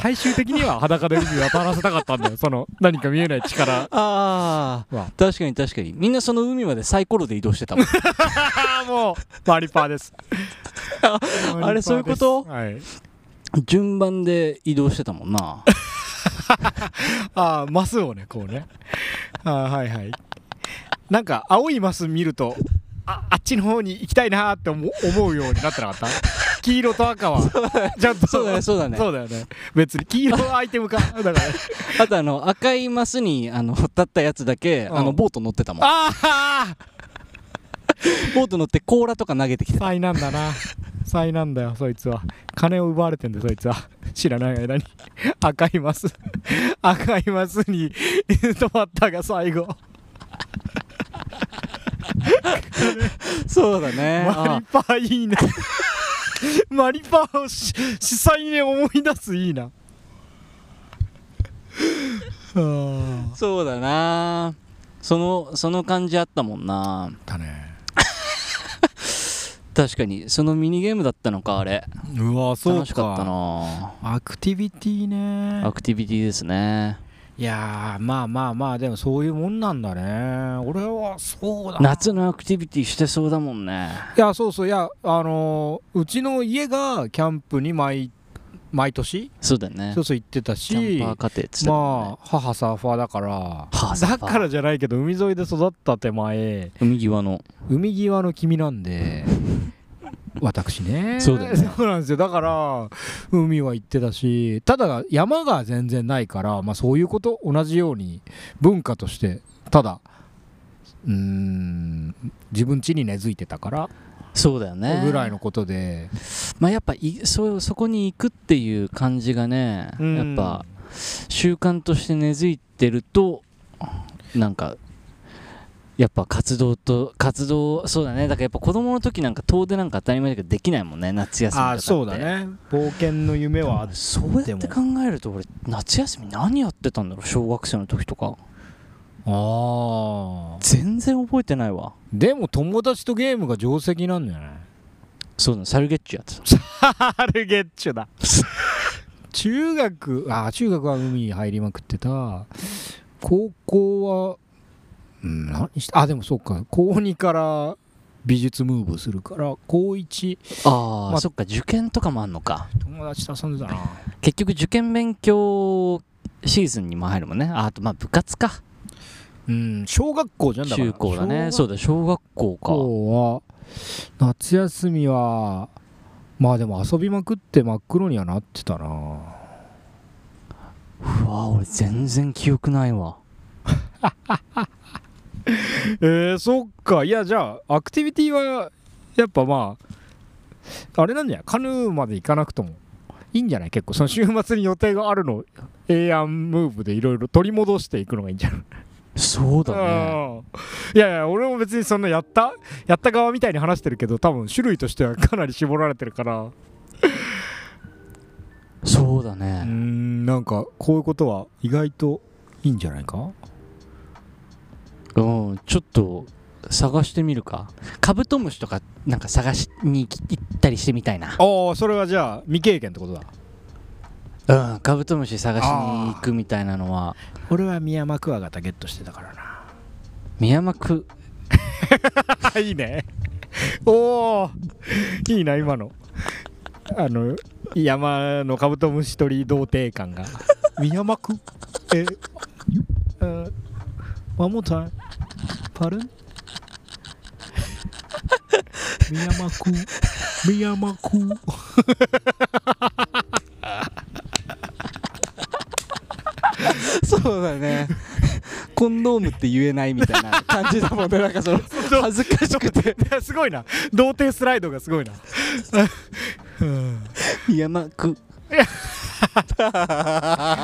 Speaker 6: 最終的には裸で海を渡らせたかったんだよその何か見えない 力
Speaker 7: あ
Speaker 6: わ
Speaker 7: あ確かに確かにみんなその海までサイコロで移動してたもん
Speaker 6: ああもうマリパーです
Speaker 7: あれそういうこと
Speaker 6: はい
Speaker 7: 順番で移動してたもんな
Speaker 6: ああマスをねこうねあーはいはいなんか青いマス見るとああっちの方に行きたいなーって思う思うようになってなかった黄色と赤はちゃんと
Speaker 7: そうだねそうだね
Speaker 6: そうだよね別に黄色のアイテムかだから
Speaker 7: あとあの赤いマスにあの立ったやつだけ
Speaker 6: うん
Speaker 7: あのボート乗ってたもん
Speaker 6: ああ
Speaker 7: ボート乗って甲羅とか投げてきてた
Speaker 6: 災難だな災難だよそいつは金を奪われてんだよそいつは知らない間に赤いマス赤いマスに止まったが最後
Speaker 7: そうだね
Speaker 6: マ
Speaker 7: あ
Speaker 6: リパーいいなマリパーをし司祭に思い出すいいなあ
Speaker 7: あそうだなそのその感じあったもんな
Speaker 6: だね
Speaker 7: 確かにそのミニゲームだったのかあれ
Speaker 6: うわそうか
Speaker 7: 楽しかったな
Speaker 6: アクティビティね
Speaker 7: アクティビティですね
Speaker 6: いやーまあまあまあでもそういうもんなんだね俺はそうだな
Speaker 7: 夏のアクティビティしてそうだもんね
Speaker 6: いやそうそういやあのーうちの家がキャンプに毎毎年
Speaker 7: そうだよね
Speaker 6: そうそう行ってた
Speaker 7: キャン
Speaker 6: し
Speaker 7: パー家庭っつってたもん
Speaker 6: ま
Speaker 7: ね
Speaker 6: あ母サーファーだから
Speaker 7: 母サーファ
Speaker 6: だ
Speaker 7: ー
Speaker 6: からじゃないけど海沿いで育った手前
Speaker 7: 海際の
Speaker 6: 海際の君なん で私ね
Speaker 7: そうだよね
Speaker 6: そうなんですよだから海は行ってたしただ山が全然ないから、まあ、そういうこと同じように文化としてただうーん自分家に根付いてたから
Speaker 7: そうだよね
Speaker 6: ぐらいのことで、
Speaker 7: まあやっぱいそうそこに行くっていう感じがねやっぱ習慣として根付いてるとなんかやっぱ活動と活動そうだねだからやっぱ子供の時なんか遠出なんか当たり前だけどできないもんね夏休みとか
Speaker 6: あ
Speaker 7: って
Speaker 6: そうだね冒険の夢は
Speaker 7: そうやって考えると俺夏休み何やってたんだろう小学生の時とか
Speaker 6: あ
Speaker 7: 全然覚えてないわ
Speaker 6: でも友達とゲームが定石なんじゃない
Speaker 7: そうだねサルゲッチュやってた
Speaker 6: アルゲッチュだ中学あ中学は海に入りまくってた高校はうん何してあでもそうか高2から美術ムーブするから高1
Speaker 7: あー、
Speaker 6: まあ
Speaker 7: そっか受験とかもあんのか
Speaker 6: 友達と遊んでたな
Speaker 7: 結局受験勉強シーズンにも入るもんねああとまあ部活か
Speaker 6: うん小学校じゃんだから
Speaker 7: 中高だね
Speaker 6: 小
Speaker 7: そ
Speaker 6: 学
Speaker 7: うだ小学校か
Speaker 6: 校は夏休みはまあでも遊びまくって真っ黒にはなってたな
Speaker 7: うわ俺全然記憶ないわ
Speaker 6: えー、そっかいやじゃあアクティビティはやっぱまああれなんじゃないカヌーまで行かなくともいいんじゃない結構その週末に予定があるのをええやんムーブでいろいろ取り戻していくのがいいんじゃない
Speaker 7: そうだね
Speaker 6: うんいやいや俺も別にそんなやったやった側みたいに話してるけど多分種類としてはかなり絞られてるから
Speaker 7: そうだ
Speaker 6: うー
Speaker 7: ね
Speaker 6: んなんかこういうことは意外といいんじゃないか
Speaker 7: うんちょっと探してみるかカブトムシとかなんか探しに行ったりしてみたいな
Speaker 6: ああそれはじゃあ未経験ってことだ
Speaker 7: うんカブトムシ探しに行くみたいなのは
Speaker 6: 俺はミヤマクワガタゲットしてたからな
Speaker 7: 深山区
Speaker 6: あ いいね。おお、いいな、今の。あの、山のカブトムシ取り童貞感 が。宮山くえ、え、ワンモータイパ ルン宮山く宮山く
Speaker 7: そうだねコンドームって言えないみたいな感じだもんねなんかその恥ずかし くて
Speaker 6: すごいな。童貞スライドがすごいな。
Speaker 7: 山区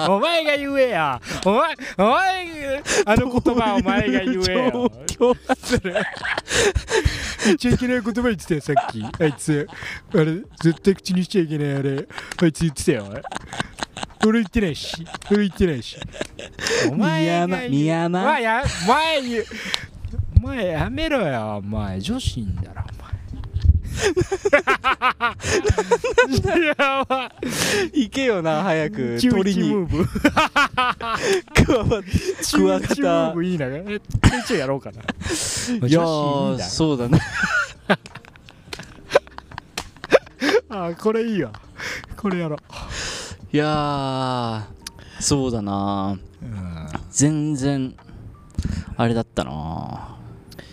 Speaker 6: お前が言えや。お前、お前、あの言葉お前が言えよ。
Speaker 7: 状況
Speaker 6: 言っちゃいけない言葉言ってたよさっきあいつあれ絶対口にしちゃいけないあれあいつ言ってたよあれ俺言ってないし俺言ってないしお前が言う
Speaker 7: 宮山
Speaker 6: お前や お前言うお前やめろよお前女子んだろお前やば
Speaker 7: 行けよな早く
Speaker 6: い
Speaker 7: 鳥 に
Speaker 6: ムーブ
Speaker 7: クワバクワガ
Speaker 6: 11ムー
Speaker 7: タ
Speaker 6: ブいいなえちょいちょいやろうかな
Speaker 7: いや
Speaker 6: 女子いいん
Speaker 7: ー
Speaker 6: だ
Speaker 7: そうだね
Speaker 6: あこれいいわこれやろう
Speaker 7: いやーそうだな全然あれだったな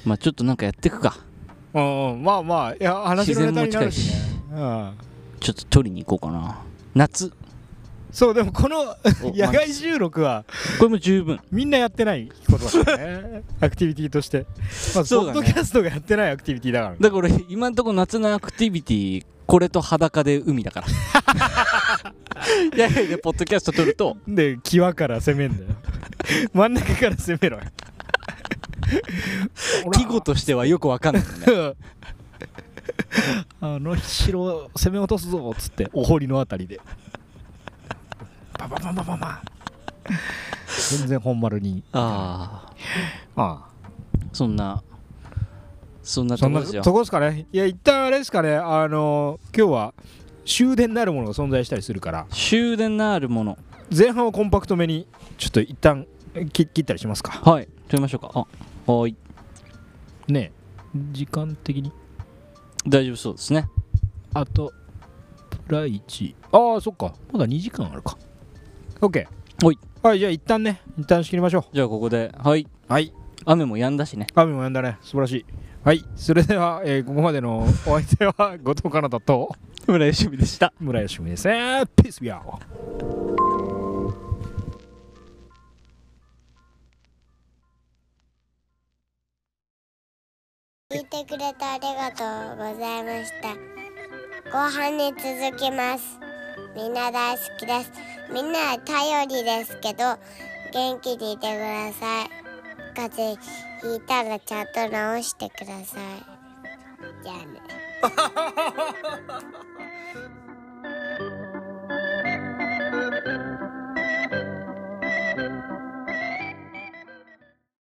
Speaker 7: まあちょっとなんかやってくか
Speaker 6: うんうんまあまあいや話のネタになるし,、ね
Speaker 7: 自然
Speaker 6: うん、
Speaker 7: ちょっと取りに行こうかな 夏
Speaker 6: そうでもこの
Speaker 7: お
Speaker 6: 野外収録は
Speaker 7: これも十分
Speaker 6: みんなやってないことだから ねアクティビティとしてまず、
Speaker 7: そう
Speaker 6: ポッ
Speaker 7: だね
Speaker 6: ドキャストがやってないアクティビティだからね
Speaker 7: だから俺今んとこ夏のアクティビティこれと裸で海だからいやいやいやポッドキャスト撮ると
Speaker 6: で際から攻めんだよ真ん中から攻めろよ
Speaker 7: 季語としてはよくわかんないよね
Speaker 6: あの城を攻め落とすぞっつってお堀のあたりでパパパパパパ全然本丸に
Speaker 7: あ
Speaker 6: あ
Speaker 7: あそんなそんな
Speaker 6: そ
Speaker 7: と
Speaker 6: ん
Speaker 7: こ
Speaker 6: な
Speaker 7: ですよ
Speaker 6: とこですかねいや一旦あれですかねあの今日は終電なるものが存在したりするから
Speaker 7: 終電のあるもの
Speaker 6: 前半をコンパクトめにちょっと一旦切切ったりしますか
Speaker 7: はい撮りましょうかあはい
Speaker 6: ねえ時間的に
Speaker 7: 大丈夫そうですね
Speaker 6: あと、プライチ。ああ、そっか。まだ2時間あるか。OK。
Speaker 7: ほい。
Speaker 6: はい、じゃあ一旦ね、一旦仕切りましょ
Speaker 7: じゃあここではい
Speaker 6: はい
Speaker 7: 雨も止ん だしね
Speaker 6: う。雨もやんだね。素晴らしい。はい、それでは、えーここまでのお相手は、後藤かなたと
Speaker 7: 村井趣味でした
Speaker 6: 村吉美です。ピースビアー
Speaker 5: 聞いてくれてありがとうございました後半に続きますみんな大好きですみんな頼りですけど元気にいてください風邪ひいたらちゃんと治してくださいじゃあね